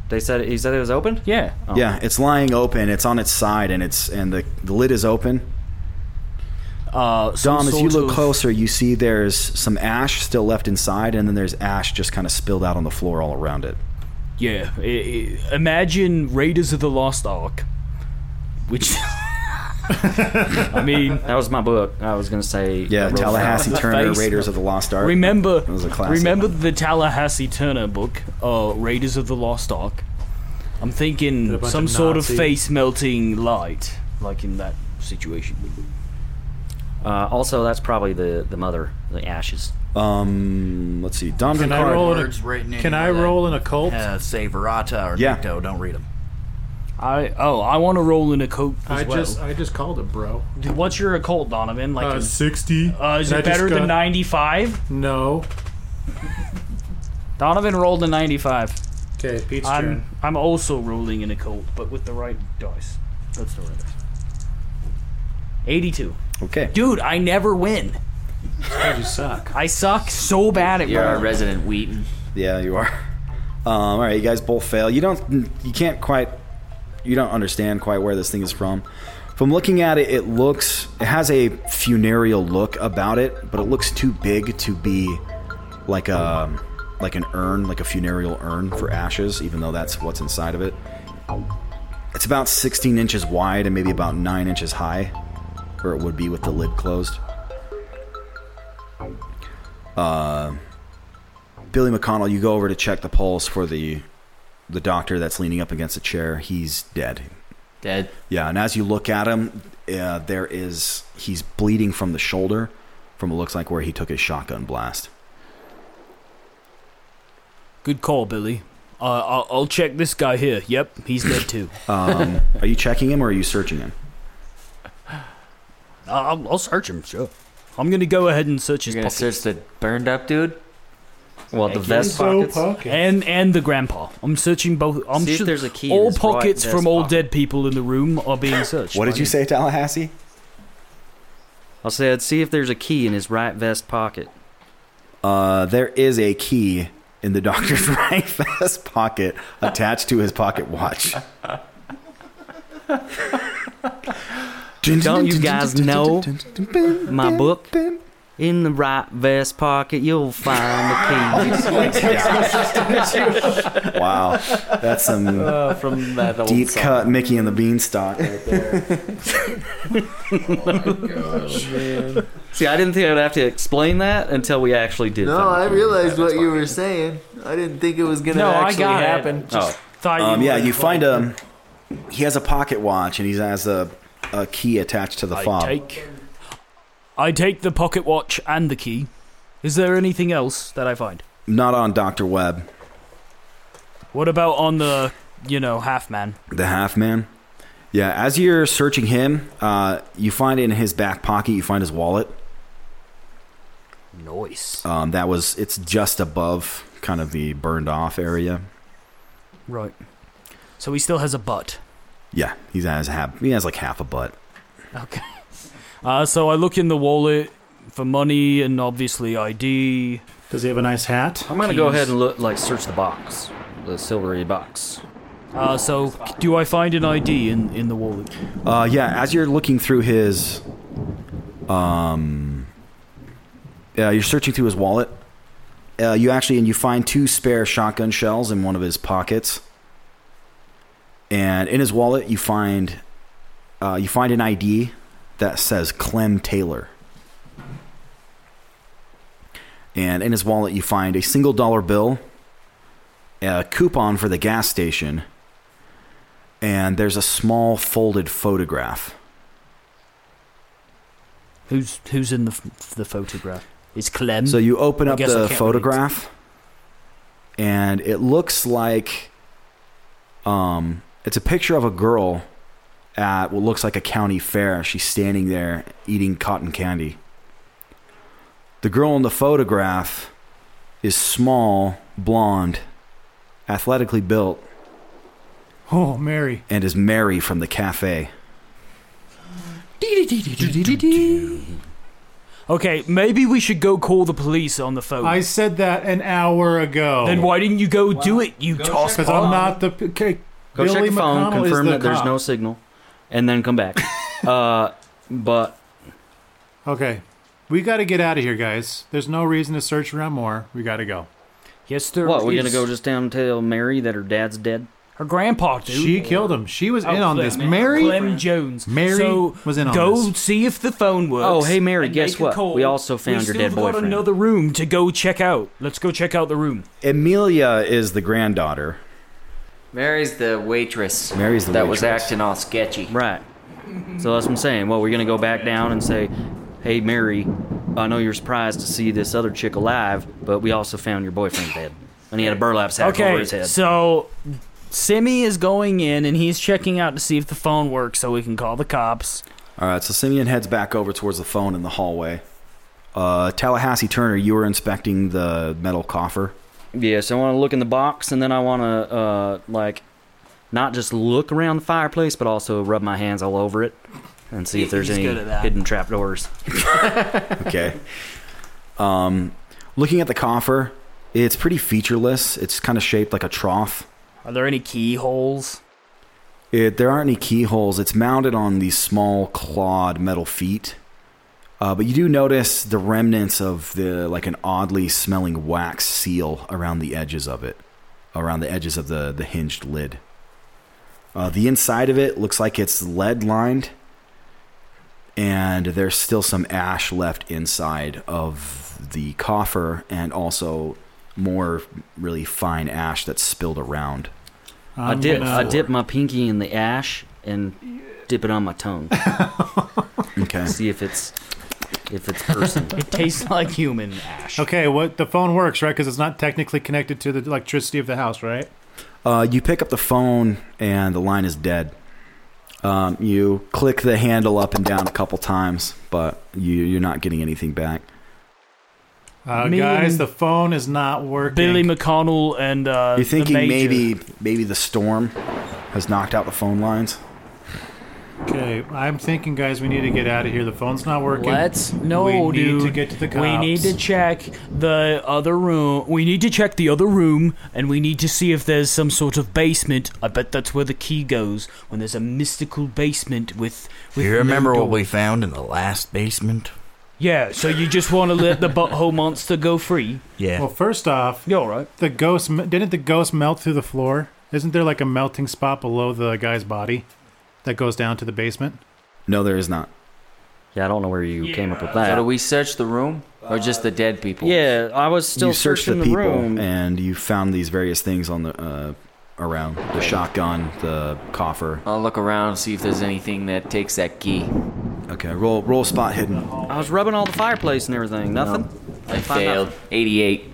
They said he said it was open. Yeah. Oh.
Yeah, it's lying open. It's on its side, and it's and the, the lid is open.
Uh, some
Dom, as you
sort
look
of-
closer, you see there's some ash still left inside, and then there's ash just kind of spilled out on the floor all around it.
Yeah. i- i- imagine Raiders of the Lost Ark, which. I mean,
that was my book. I was gonna say.
Yeah,
I wrote
Tallahassee
down.
Turner, Raiders of the Lost Ark.
Remember,
That was a classic.
remember the Tallahassee Turner book, uh, Raiders of the Lost Ark. I'm
A
thinking
bunch
some
of
sort
Nazi-
of face melting light, like in that situation.
Uh, also, that's probably the the mother, the ashes.
Um, let's see. Dom
Can I
Drunkard-
roll an- Words written in can I there roll
an occult?
Uh, say Verata or
Yeah.
Nikto. Don't read them.
I oh, I want to roll in a coat as
I
well.
just I just called it, bro.
Dude, What's your occult, Donovan? Like
Uh,
a-
60.
Uh, is
And I
it
just
better than
got-
ninety-five?
No.
Donovan rolled a ninety-five.
Okay, Pete's
I'm,
turn.
I'm also rolling in a coat, but with the right dice. That's the right dice. Eighty-two.
Okay.
Dude, I never win.
you suck.
I suck so bad at
You're a
rolling.
resident Wheaton.
Yeah, you are. Um, all right, you guys both fail. You don't. You can't quite. You don't understand quite where this thing is from. From looking at it, it looks. It has a funereal look about it, but it looks too big to be like a like an urn, like a funereal urn for ashes. Even though that's what's inside of it. It's about 16 inches wide and maybe about nine inches high, or it would be with the lid closed. Uh, Billy McConnell, you go over to check the pulse for the the doctor that's leaning up against a chair. He's dead.
Dead.
Yeah, and as you look at him, uh, there is he's bleeding from the shoulder, from what looks like where he took his shotgun blast.
Good call, Billy. Uh, I'll, I'll check this guy here. Yep, he's dead too.
Um, are you checking him or are you searching him?
I'll, I'll search him. Sure. I'm gonna go ahead and search his.
You're gonna search the burned up dude.
Well,
the Heck, vest so pockets? pockets.
and and the grandpa. I'm searching both. I'm
See if
sure
there's a key in
all
his right
pockets
vest
from all
pocket.
dead people in the room are being searched.
What did you say, Tallahassee?
I'll say I'd see if there's a key in his right vest pocket.
Uh, there is a key in the doctor's right vest pocket attached to his pocket watch.
Don't you guys know my book? In the right vest pocket, you'll find the keys.
Wow, that's some
Uh, from that old
deep
song.
cut Mickey and the Beanstalk right there.
See, I didn't think I'd have to explain that until we actually did.
No,
that.
I realized what you were saying. I didn't think it was gonna
No, I
actually
got it.
happen.
Just
Oh.
thought
um,
you
yeah,
were
you find a. He has a pocket watch and he has a, a key attached to the
I
fob.
take, I take the pocket watch and the key. Is there anything else that I find?
Not on Doctor Webb,
What about on the, you know, half man?
the half man. Yeah, as you're searching him, uh, you find in his back pocket you find his wallet.
Noise.
Um, that was it's just above kind of the burned off area.
Right. So he still has a butt.
Yeah, he has half. He has like half a butt.
Okay. Uh, so I look in the wallet for money and obviously ID.
Does he have a nice hat?
I'm gonna go ahead and look, like, search the box, the silvery box.
Uh, so do I find an ID in, in the wallet?
Uh, yeah, as you're looking through his, um, yeah, you're searching through his wallet. Uh, you actually and you find two spare shotgun shells in one of his pockets, and in his wallet you find, uh, you find an ID that says Clem Taylor. And in his wallet you find a single dollar bill, a coupon for the gas station, and there's a small folded photograph.
Who's who's in the f- the photograph? It's Clem.
So you open
I
up
guess I
the
can't
photograph, and it looks like um, it's a picture of a girl at what looks like a county fair. She's standing there eating cotton candy. The girl in the photograph is small, blonde, athletically built,
Oh, Mary.
and is Mary from the cafe.
Okay, maybe we should go call the police on the phone.
I Oh. said that an hour ago.
Oh. Then why didn't you go do it, you toss?
Because I'm not the. Okay,
Go
Billy
check the phone,
McConnell is
confirm
the
that there's
cop.
no signal, and then come back. uh, but
Okay. We got to get out of here, guys. There's no reason to search around more. We got to go.
Yes, there
what? We're gonna
is-
go just down and tell Mary that her dad's dead.
Her grandpa, dude.
She killed him. She was
Oh,
in on
Clem-
this. Mary?
Clem Jones.
Mary
so
was in on
go
this.
see if the phone works.
Oh, hey, Mary,
and
guess
make a
what?
call.
We also found
we still
your dead
got
boyfriend.
another room to go check out. Let's go check out the room.
Amelia is the granddaughter.
Mary's the waitress.
Mary's the
that was
waitress.
acting all sketchy.
Right. So that's what I'm saying. Well, we're gonna go back down and say, "Hey, Mary, I know you're surprised to see this other chick alive, but we also found your boyfriend dead, and he had a burlap sack
okay,
over his head."
so Simi is going in and he's checking out to see if the phone works so we can call the cops.
All right, so Simeon heads back over towards the phone in the hallway. Uh, Tallahassee Turner, you were inspecting the metal coffer.
Yes, I want to look in the box, and then I want to uh, like not just look around the fireplace, but also rub my hands all over it and see if there's
He's
any
good at that.
hidden trapdoors.
Okay. um, looking at the coffer, it's pretty featureless. It's kind of shaped like a trough.
Are there any keyholes?
It, there aren't any keyholes. It's mounted on these small clawed metal feet. Uh, but you do notice the remnants of the like an oddly smelling wax seal around the edges of it, around the edges of the the hinged lid. Uh, the inside of it looks like it's lead lined, and there's still some ash left inside of the coffer, and also more really fine ash that's spilled around.
I dip, I dip my pinky in the ash and dip it on my tongue.
okay.
See if it's if it's person.
It tastes like human ash.
Okay, what the phone works, right? Because it's not technically connected to the electricity of the house, right?
Uh, you pick up the phone and the line is dead. Um, you click the handle up and down a couple times, but you, you're not getting anything back.
Uh,
Me
guys,
and
the phone is not working.
Billy McConnell and uh,
you're thinking
the major.
maybe maybe the storm has knocked out the phone lines.
Okay, I'm thinking, guys, we need to get out of here. The phone's not working.
Let's no,
we need
dude.
to get to the cops.
We need to check the other room. We need to check the other room, and we need to see if there's some sort of basement. I bet that's where the key goes when there's a mystical basement with. with
You remember
no
what
door.
we found in the last basement?
Yeah, so you just want to let the butthole monster go free?
Well, first off,
you all right?
The ghost me- didn't the ghost melt through the floor? Isn't there like a melting spot below the guy's body that goes down to the basement?
No, there is not.
Yeah, I don't know where you came up with
So
that.
do we search the room or just the dead people?
Yeah, I was still
you searched
searching
the
the,
people
room.
and you found these various things on the uh, around the shotgun, the coffer.
I'll look around see if there's anything that takes that key.
Okay, roll roll spot hidden.
I was rubbing all the fireplace and everything. Nothing.
I
Couldn't find
failed.
nothing.
88.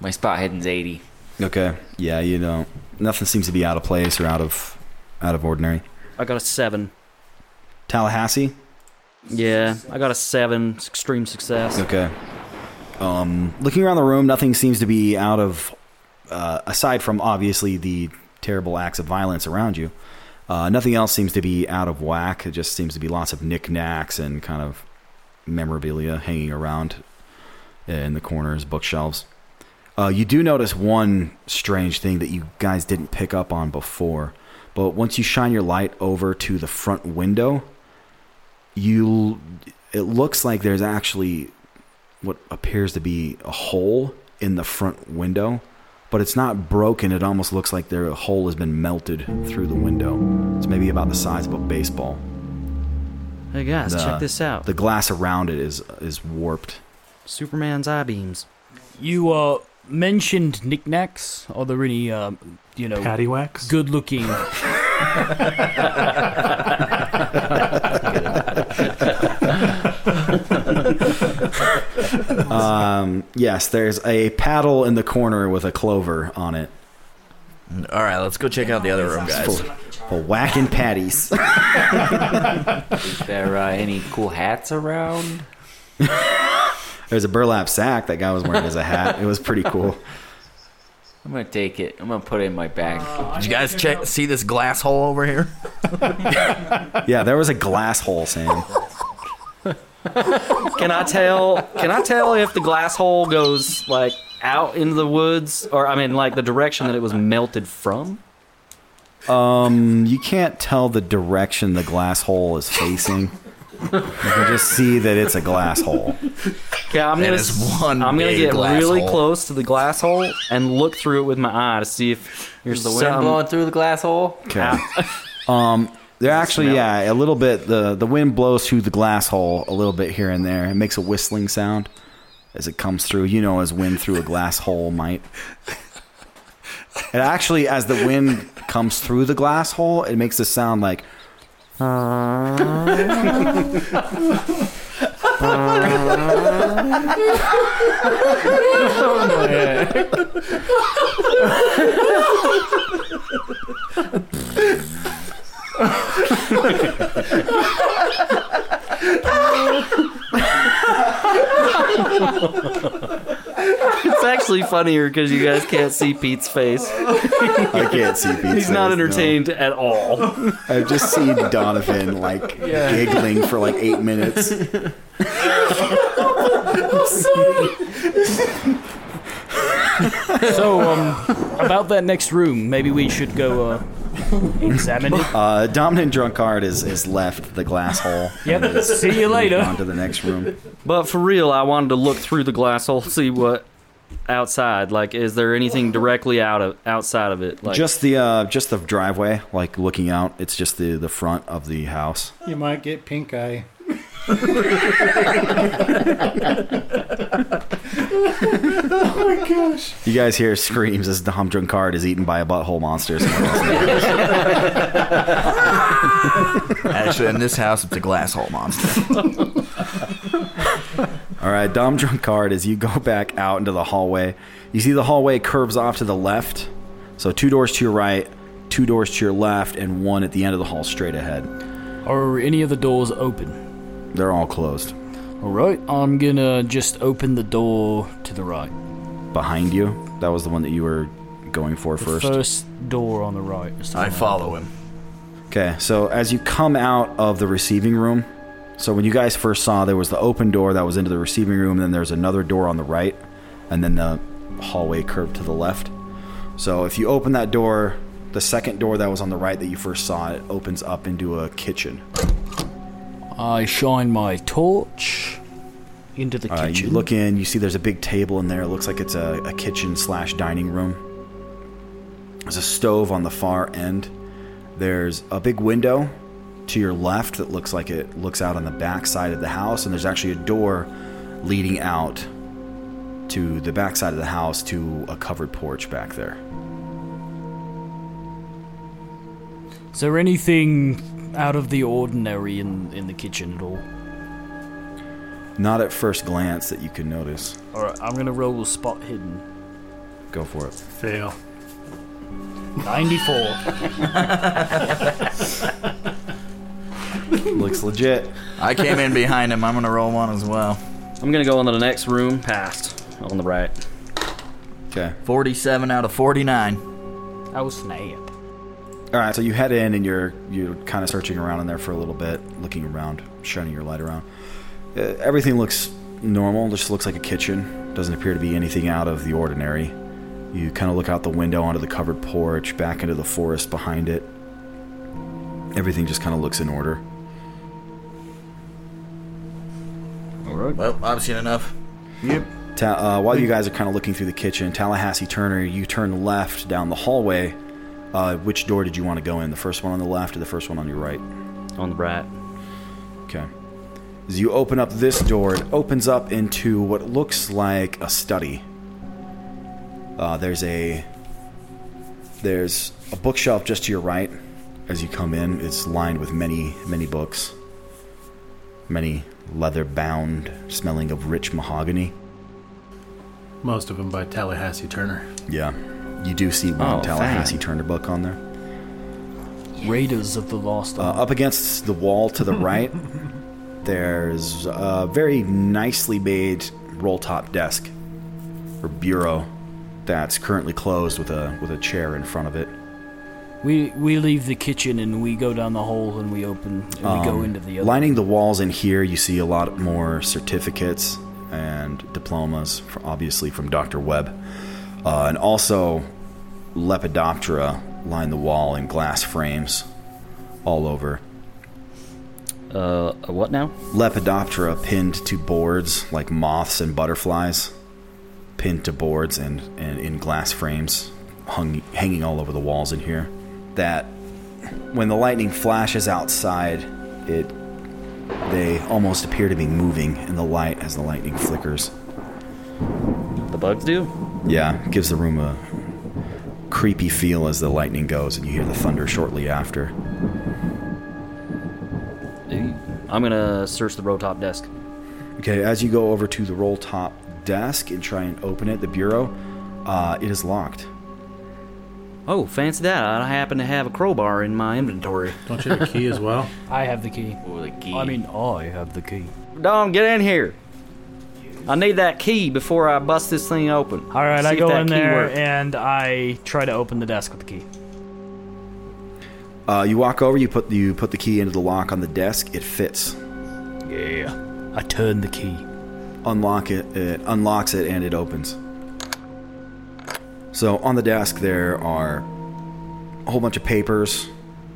My spot hidden's 80.
Okay, yeah, you don't. Nothing seems to be out of place or out of out of ordinary.
I got a seven.
Tallahassee.
Yeah, I got a seven. It's Extreme success.
Okay. Um, looking around the room, nothing seems to be out of, uh, aside from obviously the terrible acts of violence around you. Uh, nothing else seems to be out of whack. It just seems to be lots of knickknacks and kind of memorabilia hanging around in the corners, bookshelves. Uh, you do notice one strange thing that you guys didn't pick up on before, but once you shine your light over to the front window, you it looks like there's actually what appears to be a hole in the front window but it's not broken it almost looks like their hole has been melted through the window it's maybe about the size of a baseball
Hey guys,
The-
check this out.
the glass around it is is warped
Superman's eye beams.
You uh mentioned knickknacks. Are there any
uh,
um, you know
paddywhacks?
Good looking.
um, yes there's a paddle in the corner with a clover on it
All right, let's go check out the other room, guys.
full, full whacking patties
Is there uh, any cool hats around?
there's a burlap sack that guy was wearing as a hat it was pretty cool
I'm gonna take it. I'm gonna put it in my bag.
Did you guys check? See this glass hole over here?
yeah there was a glass hole sam
Can I tell? Can I tell if the glass hole goes like out into the woods, or I mean, like the direction that it was melted from?
Um, you can't tell the direction the glass hole is facing. you can just see that it's a glass hole.
Okay, I'm
That
gonna.
is
s-
one
I'm gonna
big
get
glass
really
hole.
close to the glass hole and look through it with my eye to see if there's
Is the
the
wind blowing through the glass hole?
Okay. um, they're actually yeah, a little bit. the The wind blows through the glass hole a little bit here and there. It makes a whistling sound as it comes through. You know, as wind through a glass hole might. And actually, as the wind comes through the glass hole, it makes a sound like.
It's actually funnier because you guys can't see Pete's face.
I can't see Pete's
He's not
face, no.
entertained at all.
I've just seen Donovan like
Yeah.
giggling for like eight minutes.
so um about that next room, maybe we should go uh examine it.
Uh, dominant drunkard is, is left the glass hole.
Yep,
And is-
see you later.
On to the next room.
But for real, I wanted to look through the glass hole, see what outside. Like, is there anything directly out of outside of it? Like,
just the uh, just the driveway, like looking out. It's just the the front of the house.
You might get pink eye.
oh my gosh.
You guys hear screams as Dom drunkard is eaten by a butthole monster.
Actually, in this house, it's a glass hole monster.
All right, Dom drunkard. As you go back out into the hallway, you see the hallway curves off to the left. So two doors to your right, two doors to your left, and one at the end of the hall straight ahead.
Are any of the doors open?
They're all closed.
All right, I'm gonna just open the door to the right.
Behind you, that was the one that you were going for
The
first.
first door on the right. is the one open.
Okay, so as you come out of the receiving room, so when you guys first saw, there was the open door that was into the receiving room, and then there's another door on the right, and then the hallway curved to the left. So if you open that door, the second door that was on the right that you first saw, it opens up into a kitchen.
I shine my torch into the
Uh,
kitchen.
you look in, you see there's a big table in there. It looks like it's a, a kitchen slash dining room. There's a stove on the far end. There's a big window to your left that looks like it looks out on the back side of the house, and there's actually a door leading out to the back side of the house to a covered porch back there.
Is there anything out of the ordinary in, in the kitchen at all?
Not at first glance that you can notice.
All right, I'm gonna roll a spot hidden.
Go for it.
Fail. Ninety-four.
Looks legit.
I came in behind him. I'm gonna roll one as well.
I'm gonna go into the next room, past on the right.
Okay.
47 out of 49.
Oh snap!
All right, so you head in and you're you're kind of searching around in there for a little bit, looking around, shining your light around. Uh, everything looks normal. Just looks like a kitchen. Doesn't appear to be anything out of the ordinary. You kind of look out the window onto the covered porch, back into the forest behind it. Everything just kind of looks in order.
All right. Well, I've seen enough. Yep.
Ta- uh, while you guys are kind of looking through the kitchen, Tallahassee Turner, you turn left down the hallway. Uh, which door did you want to go in? The first one on the left or the first one on your right?
On the right.
Okay. As you open up this door, it opens up into what looks like a study. Uh, there's a there's a bookshelf just to your right. As you come in, it's lined with many many books, many leather bound, smelling of rich mahogany.
Most of them by Tallahassee Turner.
Yeah, you do see one
Oh,
Tallahassee Turner book on there.
Raiders of the Lost
Uh, up against the wall to the right, there's a very nicely made roll top desk or bureau that's currently closed with a with a chair in front of it.
We we leave the kitchen and we go down the hall and we open and we go
Um,
into the other.
Lining the walls in here, you see a lot more certificates and diplomas, for, obviously from Dr. Webb. Uh, and also, Lepidoptera line the wall in glass frames all over.
Uh, what now?
Lepidoptera pinned to boards like moths and butterflies, pinned to boards and, and in glass frames, hung, hanging all over the walls in here. That when the lightning flashes outside, it they almost appear to be moving in the light as the lightning flickers.
The bugs do?
Yeah, it gives the room a creepy feel as the lightning goes, and you hear the thunder shortly after.
I'm gonna search the row top desk.
Okay, as you go over to the roll top desk and try and open it, the bureau, uh, it is locked.
Oh, fancy that! I happen to have a crowbar in my inventory.
Don't you have a key as well?
I have the key.
Oh, the key.
I mean, I have the key.
Dom, get in here. I need that key before I bust this thing open. All
All right, I go in there and I try to open the desk with the key.
Uh, you walk over, you put you put the key into the lock on the desk. It fits.
Yeah. I turn the key.
Unlock it. It unlocks it and it opens. So on the desk there are a whole bunch of papers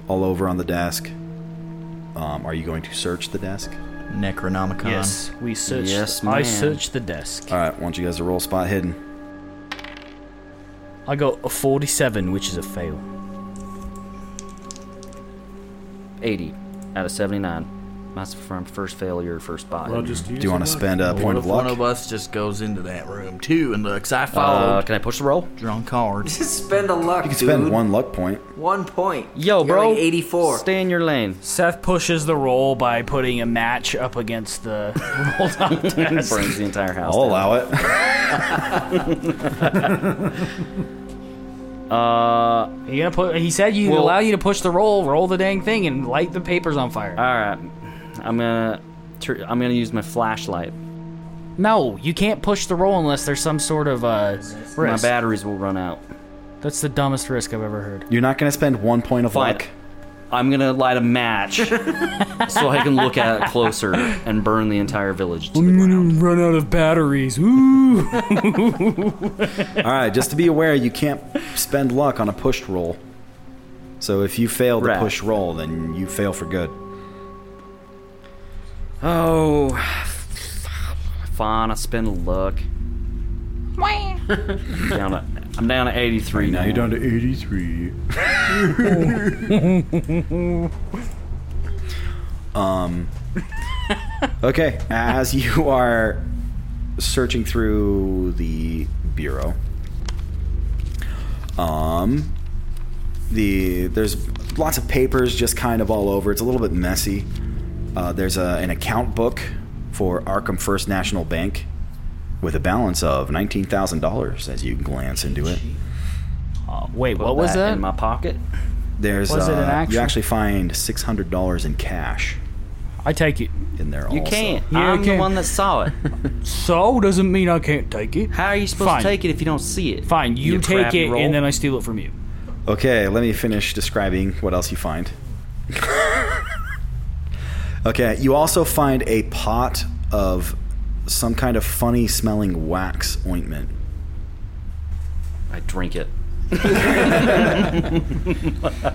all over on the desk. Um, are you going to search the desk?
Necronomicon.
Yes, we searched- Yes, I ma'am. searched the desk.
All right, want you guys to roll spot hidden.
I got a 47, which is a fail.
80 out of 79. That's from first failure, first spot. uh,
What if One uh, of us just goes into that room too and looks. I followed.
Uh, can I push the roll?
Drawn card.
Spend a luck,
You
You can
can
spend
dude.
one luck point.
One point.
Yo,
You're
bro.
like 84.
Stay in your lane.
Seth pushes the roll by putting a match up against the roll top
Burns
desk.
the entire house.
I'll
down.
allow it.
Uh,
you gonna put? He said you
Well-
allow you to push the roll, roll the dang thing, and light the papers on fire.
All right, I'm gonna, tur- I'm gonna use my flashlight.
No, you can't push the roll unless there's some sort of uh, risk.
My batteries will run out.
That's the dumbest risk I've ever heard.
You're not going to spend one point of
Fine.
luck.
I'm gonna light a match so I can look at it closer and burn the entire village. I'm
gonna run out of batteries. Ooh.
All right, just to be aware, you can't spend luck on a pushed roll. So if you fail the
Right.
push roll, then you fail for good.
Oh, fine. I spend luck. down to, I'm down to 83 now.
You're down to 83.
Um, okay, as you are searching through the bureau, um, the there's lots of papers just kind of all over. It's a little bit messy. Uh, there's a, an account book for Arkham First National Bank with a balance of nineteen thousand dollars. As you glance into it,
wait,
what was that?
In my pocket?
there's
Was it an
uh,
actual-
you actually find six hundred dollars in cash.
I take it
in there.
You
also.
can't. I'm the one that saw it.
So doesn't mean I can't take it.
How are you supposed
Fine.
to take it if you don't see it?
Fine, you,
You
take
crap
it,
roll.
and then I steal it from you.
Okay, let me finish describing what else you find. okay, you also find a pot of some kind of funny smelling wax ointment.
I drink it.
Uh,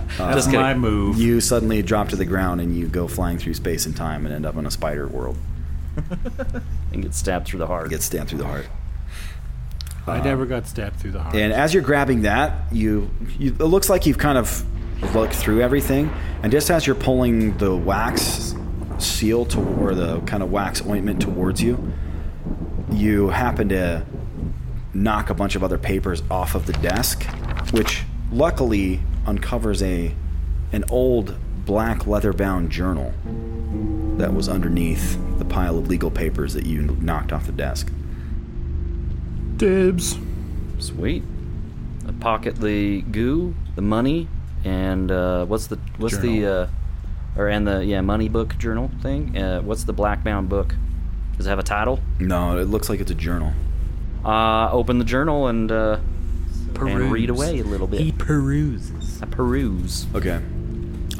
kidding.
You suddenly drop to the ground and you go flying through space and time and end up in a spider world.
and get stabbed through the heart.
Get stabbed through the heart.
I
Uh,
never got stabbed through the heart.
And as you're grabbing that, you, you it looks like you've kind of looked through everything, and just as you're pulling the wax seal to or the kind of wax ointment towards you, you happen to knock a bunch of other papers off of the desk, which luckily uncovers a an old black leather-bound journal that was underneath the pile of legal papers that you knocked off the desk.
Dibs.
Sweet. I pocket the goo, the money, and uh, what's the what's the uh, or and the yeah money book journal thing. Uh, what's the black bound book? Does it have a title?
No, it looks like it's a journal.
Uh, open the journal and uh,
Peruse.
and read away a little bit.
He
peruses. I peruse.
Okay.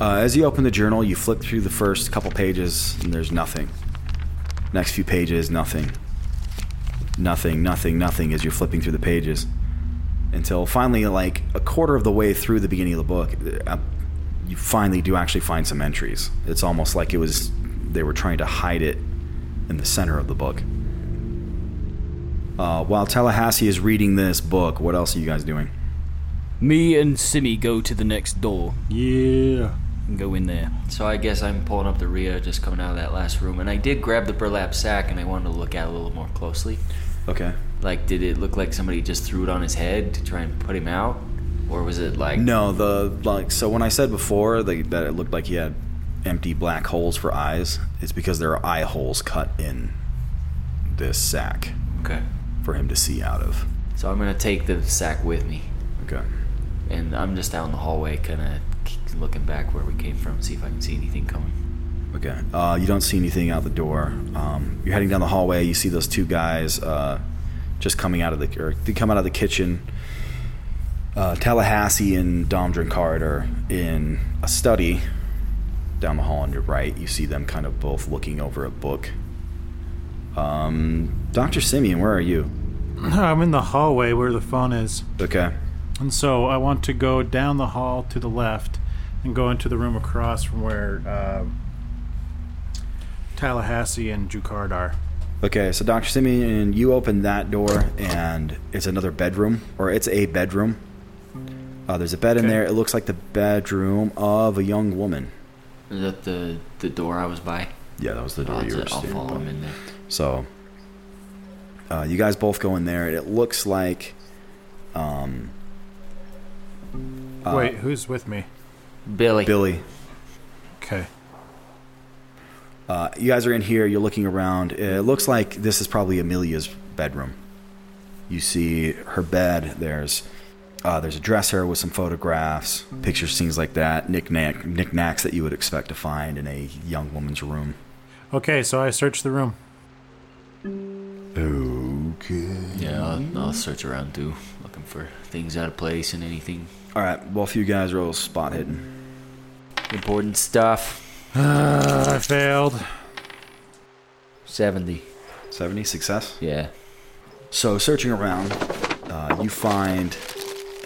Uh, as you open the journal, you flip through the first couple pages, and there's nothing. Next few pages, nothing. Nothing, nothing, nothing as you're flipping through the pages. Until finally, like a quarter of the way through the beginning of the book, uh, you finally do actually find some entries. It's almost like it was they were trying to hide it in the center of the book. Uh, while Tallahassee is reading this book, what else are you guys doing?
Me and Simi go to the next door.
Yeah.
And go in there.
So I guess I'm pulling up the rear, just coming out of that last room, and I did grab the burlap sack, and I wanted to look at it a little more closely.
Okay.
Like, did it look like somebody just threw it on his head to try and put him out, or was it like
No, the like. So when I said before like, that it looked like he had empty black holes for eyes, it's because there are eye holes cut in this sack.
Okay.
For him to see out of.
So I'm gonna take the sack with me.
Okay.
And I'm just down the hallway, kind of looking back where we came from, see if I can see anything coming.
Okay. Uh, you don't see anything out the door. Um, you're heading down the hallway. You see those two guys uh, just coming out of the or they come out of the kitchen. Uh, Tallahassee and Dom Drinkard are in a study down the hall on your right. You see them kind of both looking over a book. Um, Doctor Simeon, where are you?
I'm in the hallway where the phone is.
Okay.
And so I want to go down the hall to the left and go into the room across from where um Tallahassee and Jukard are.
Okay, so Dr. Simeon, you open that door, and it's another bedroom, or it's a bedroom. Uh, there's a bed in there. It looks like the bedroom of a young woman.
Is that the the door I was by?
Yeah, that was the door
I'll,
you were
I'll
standing
follow
by.
him in there.
So, uh, you guys both go in there, and it looks like. Um, uh,
Wait, who's with me?
Billy.
Billy.
Okay.
Uh, you guys are in here. You're looking around. It looks like this is probably Amelia's bedroom. You see her bed. There's uh, there's a dresser with some photographs, pictures, things like that, knickknack knickknacks that you would expect to find in a young woman's room.
Okay, so I search the room.
Okay.
Yeah, I'll, I'll search around too, looking for things out of place and anything
All right, both of you guys roll spot hidden.
important stuff.
Uh, I failed.
70.
70 success?
Yeah.
So, searching around, uh, you find.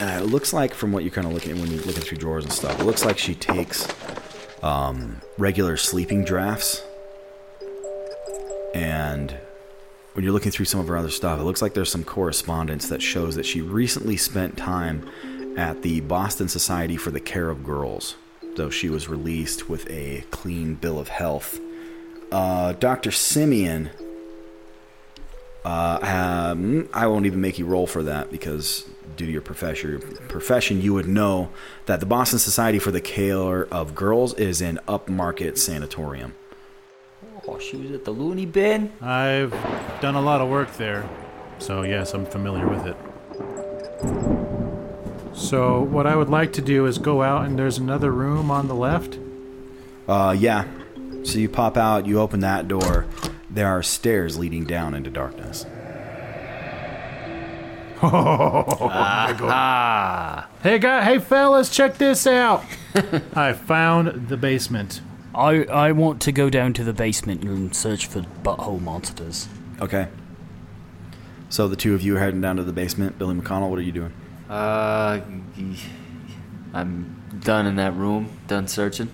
Uh, it looks like, from what you're kind of looking when you're looking through drawers and stuff, it looks like she takes um, regular sleeping drafts And when you're looking through some of her other stuff, it looks like there's some correspondence that shows that she recently spent time at the Boston Society for the Care of Girls, though she was released with a clean bill of health. Uh, Dr. Simeon, uh, um, I won't even make you roll for that because due to your profession, your profession, you would know that the Boston Society for the Care of Girls is an upmarket sanatorium.
Oh, she was at the loony bin.
I've done a lot of work there, so yes, I'm familiar with it. So, what I would like to do is go out, and there's another room on the left.
Uh, yeah. So you pop out, you open that door. There are stairs leading down into darkness.
Ah. Oh, Hey, guy, hey, fellas, check this out. I found the basement.
I I want to go down to the basement and search for butthole monsters.
Okay. So the two of you are heading down to the basement. Billy McConnell, what are you doing?
Uh, I'm done in that room, done searching.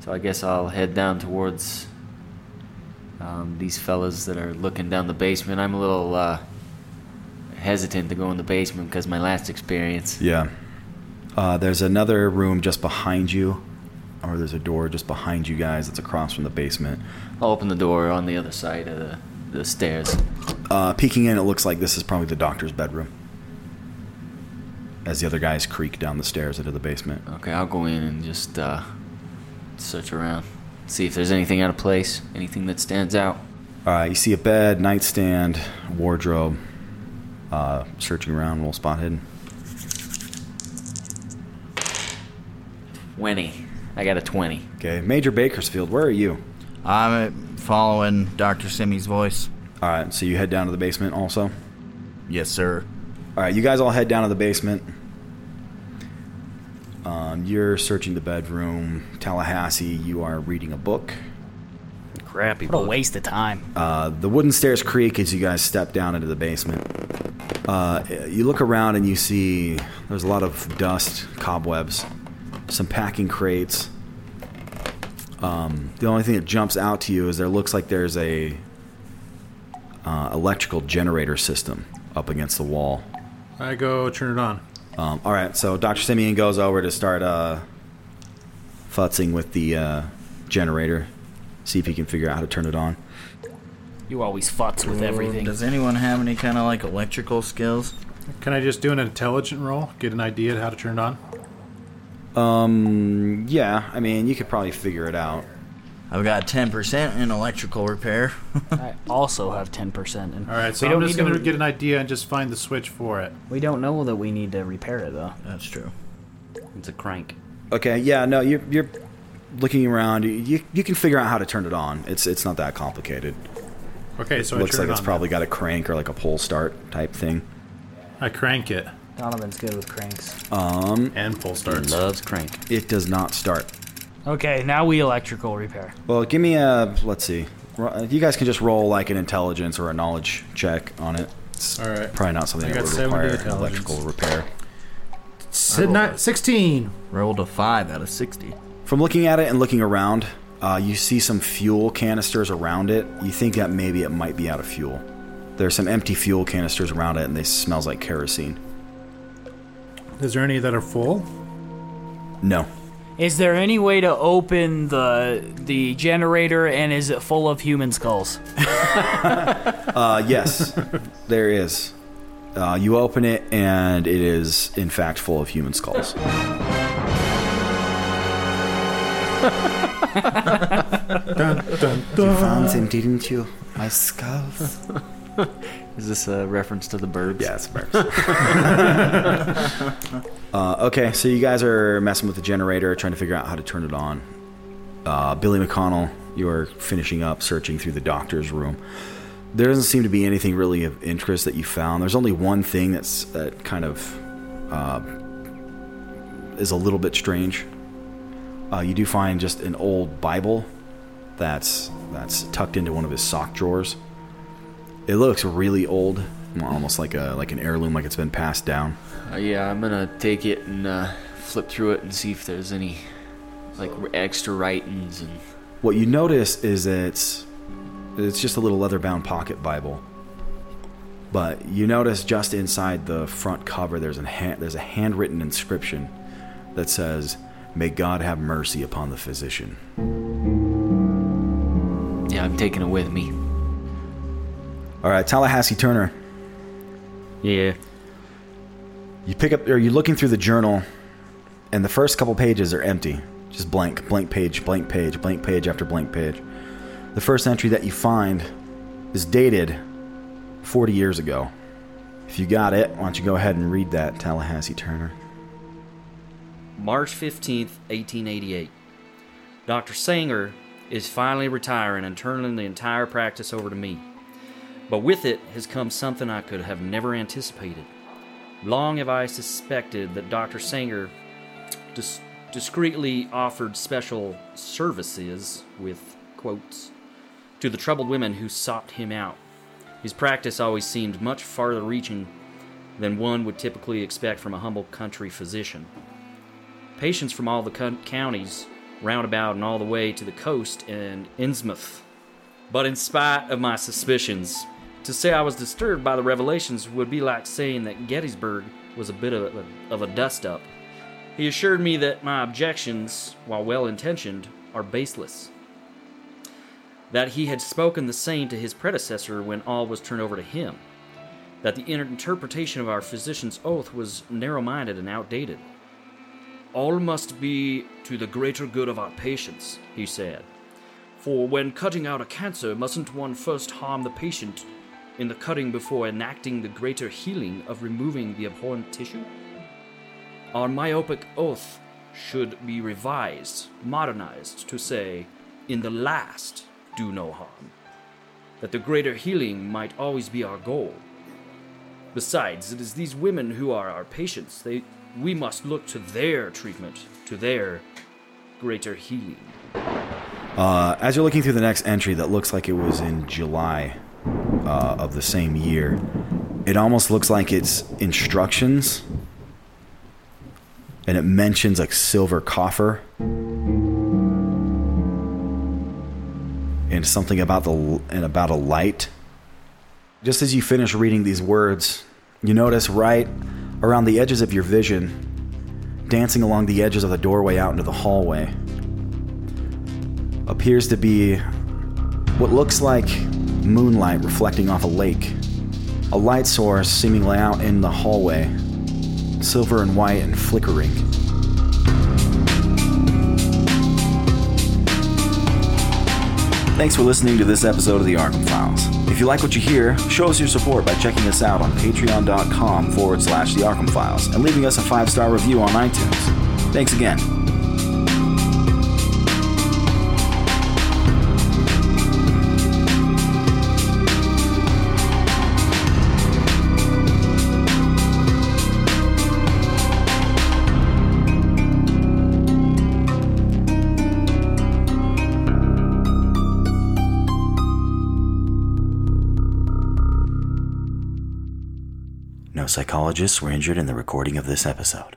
So I guess I'll head down towards um, these fellas that are looking down the basement. I'm a little uh, hesitant to go in the basement because my last experience.
Yeah. Uh, there's another room just behind you, or there's a door just behind you guys that's across from the basement.
I'll open the door on the other side of the, the stairs.
Uh, peeking in, it looks like this is probably the doctor's bedroom. As the other guys creak down the stairs into the basement.
Okay, I'll go in and just uh, search around, see if there's anything out of place, anything that stands out.
All right, Uh, you see a bed, nightstand, wardrobe. Uh, searching around, roll spot hidden.
Twenty. I got a twenty.
Okay, Major Bakersfield, where are you?
I'm following Dr. Simi's voice.
All right, so you head down to the basement also?
Yes, sir.
All right, you guys all head down to the basement. Um, you're searching the bedroom. Tallahassee, you are reading a book.
Crappy
What a waste of time.
Uh, the wooden stairs creak as you guys step down into the basement. Uh, you look around and you see there's a lot of dust, cobwebs, some packing crates. Um, the only thing that jumps out to you is there looks like there's a uh, electrical generator system up against the wall.
I go turn it on.
Um, all right, so Dr. Simeon goes over to start uh, futzing with the uh, generator, see if he can figure out how to turn it on.
You always futz with
Ooh,
everything.
Does anyone have any kind of like electrical skills?
Can I just do an intelligent roll? Get an idea of how to turn it on?
Um, yeah, I mean, you could probably figure it out.
I've got 10% in electrical repair.
I also have 10%. And
All right, so
we
I'm
don't
just
need
going to get an idea and just find the switch for it.
We don't know that we need to repair it, though.
That's true.
It's a crank.
Okay, yeah, no, you're, you're looking around. You, you can figure out how to turn it on. It's it's not that complicated.
Okay, so I
looks
turn
like
it
it's
on.
probably got a crank or like a pull start type thing.
I crank it.
Donovan's good with cranks.
Um,
and pull starts.
Loves crank.
It does not start.
Okay, now we electrical repair.
Well, give me a let's see. Ro- You guys can just roll like an intelligence or a knowledge check on it. It's
All right.
Probably not something
I
that
got
would
70
require an
intelligence.
electrical repair.
Sid- ni- 16.
Rolled a 5 out of 60.
From looking at it and looking around, uh, you see some fuel canisters around it. You think that maybe it might be out of fuel. There's some empty fuel canisters around it, and they smells like kerosene.
Is there any that are full?
No.
Is there any way to open the the generator and is it full of human skulls?
Uh, yes, there is. Uh, you open it, and it is in fact full of human skulls.
Uh,
You found them, didn't you? My skulls.
Is this a reference to the birds?
Yeah, it's birds. Uh, okay, so you guys are messing with the generator, trying to figure out how to turn it on. Uh, Billy McConnell, you're finishing up searching through the doctor's room. There doesn't seem to be anything really of interest that you found. There's only one thing that's that kind of uh, is a little bit strange. Uh, you do find just an old Bible that's that's tucked into one of his sock drawers. It looks really old, almost like a like an heirloom, like it's been passed down.
Uh, yeah, I'm gonna take it and uh, flip through it and see if there's any like r- extra writings and
What you notice is it's It's just a little leather bound pocket Bible. But you notice just inside the front cover, there's, an ha- there's a handwritten inscription that says, May God have mercy upon the physician.
Yeah, I'm taking it with me.
All right, Tallahassee Turner.
Yeah.
You pick up, or you're looking through the journal, and the first couple pages are empty. Just blank, blank page, blank page, blank page after blank page. The first entry that you find is dated 40 years ago. If you got it, why don't you go ahead and read that, Tallahassee Turner?
March 15th, 1888. Dr. Sanger is finally retiring and turning the entire practice over to me. But with it has come something I could have never anticipated. Long have I suspected that Dr. Sanger dis- discreetly offered special services, with quotes, to the troubled women who sought him out. His practice always seemed much farther reaching than one would typically expect from a humble country physician. Patients from all the co- counties roundabout and all the way to the coast and Innsmouth. But in spite of my suspicions, to say I was disturbed by the revelations would be like saying that Gettysburg was a bit of a, of a dust up. He assured me that my objections, while well intentioned, are baseless. That he had spoken the same to his predecessor when all was turned over to him. That the inter- interpretation of our physician's oath was narrow minded and outdated. All must be to the greater good of our patients, he said. For when cutting out a cancer, mustn't one first harm the patient in the cutting before enacting the greater healing of removing the abhorrent tissue? Our myopic oath should be revised, modernized to say, in the last, do no harm. That the greater healing might always be our goal. Besides, it is these women who are our patients. They, we must look to their treatment, to their greater healing.
Uh, as you're looking through the next entry that looks like it was in July uh, of the same year, it almost looks like it's instructions. And it mentions like silver coffer. And something about the and about a light. Just as you finish reading these words, you notice right around the edges of your vision, dancing along the edges of the doorway out into the hallway, appears to be what looks like moonlight reflecting off a lake. A light source seemingly out in the hallway, silver and white and flickering. Thanks for listening to this episode of the Arkham Files. If you like what you hear, show us your support by checking us out on patreon.com forward slash the Arkham Files and leaving us a five star review on iTunes. Thanks again.
No psychologists were injured in the recording of this episode.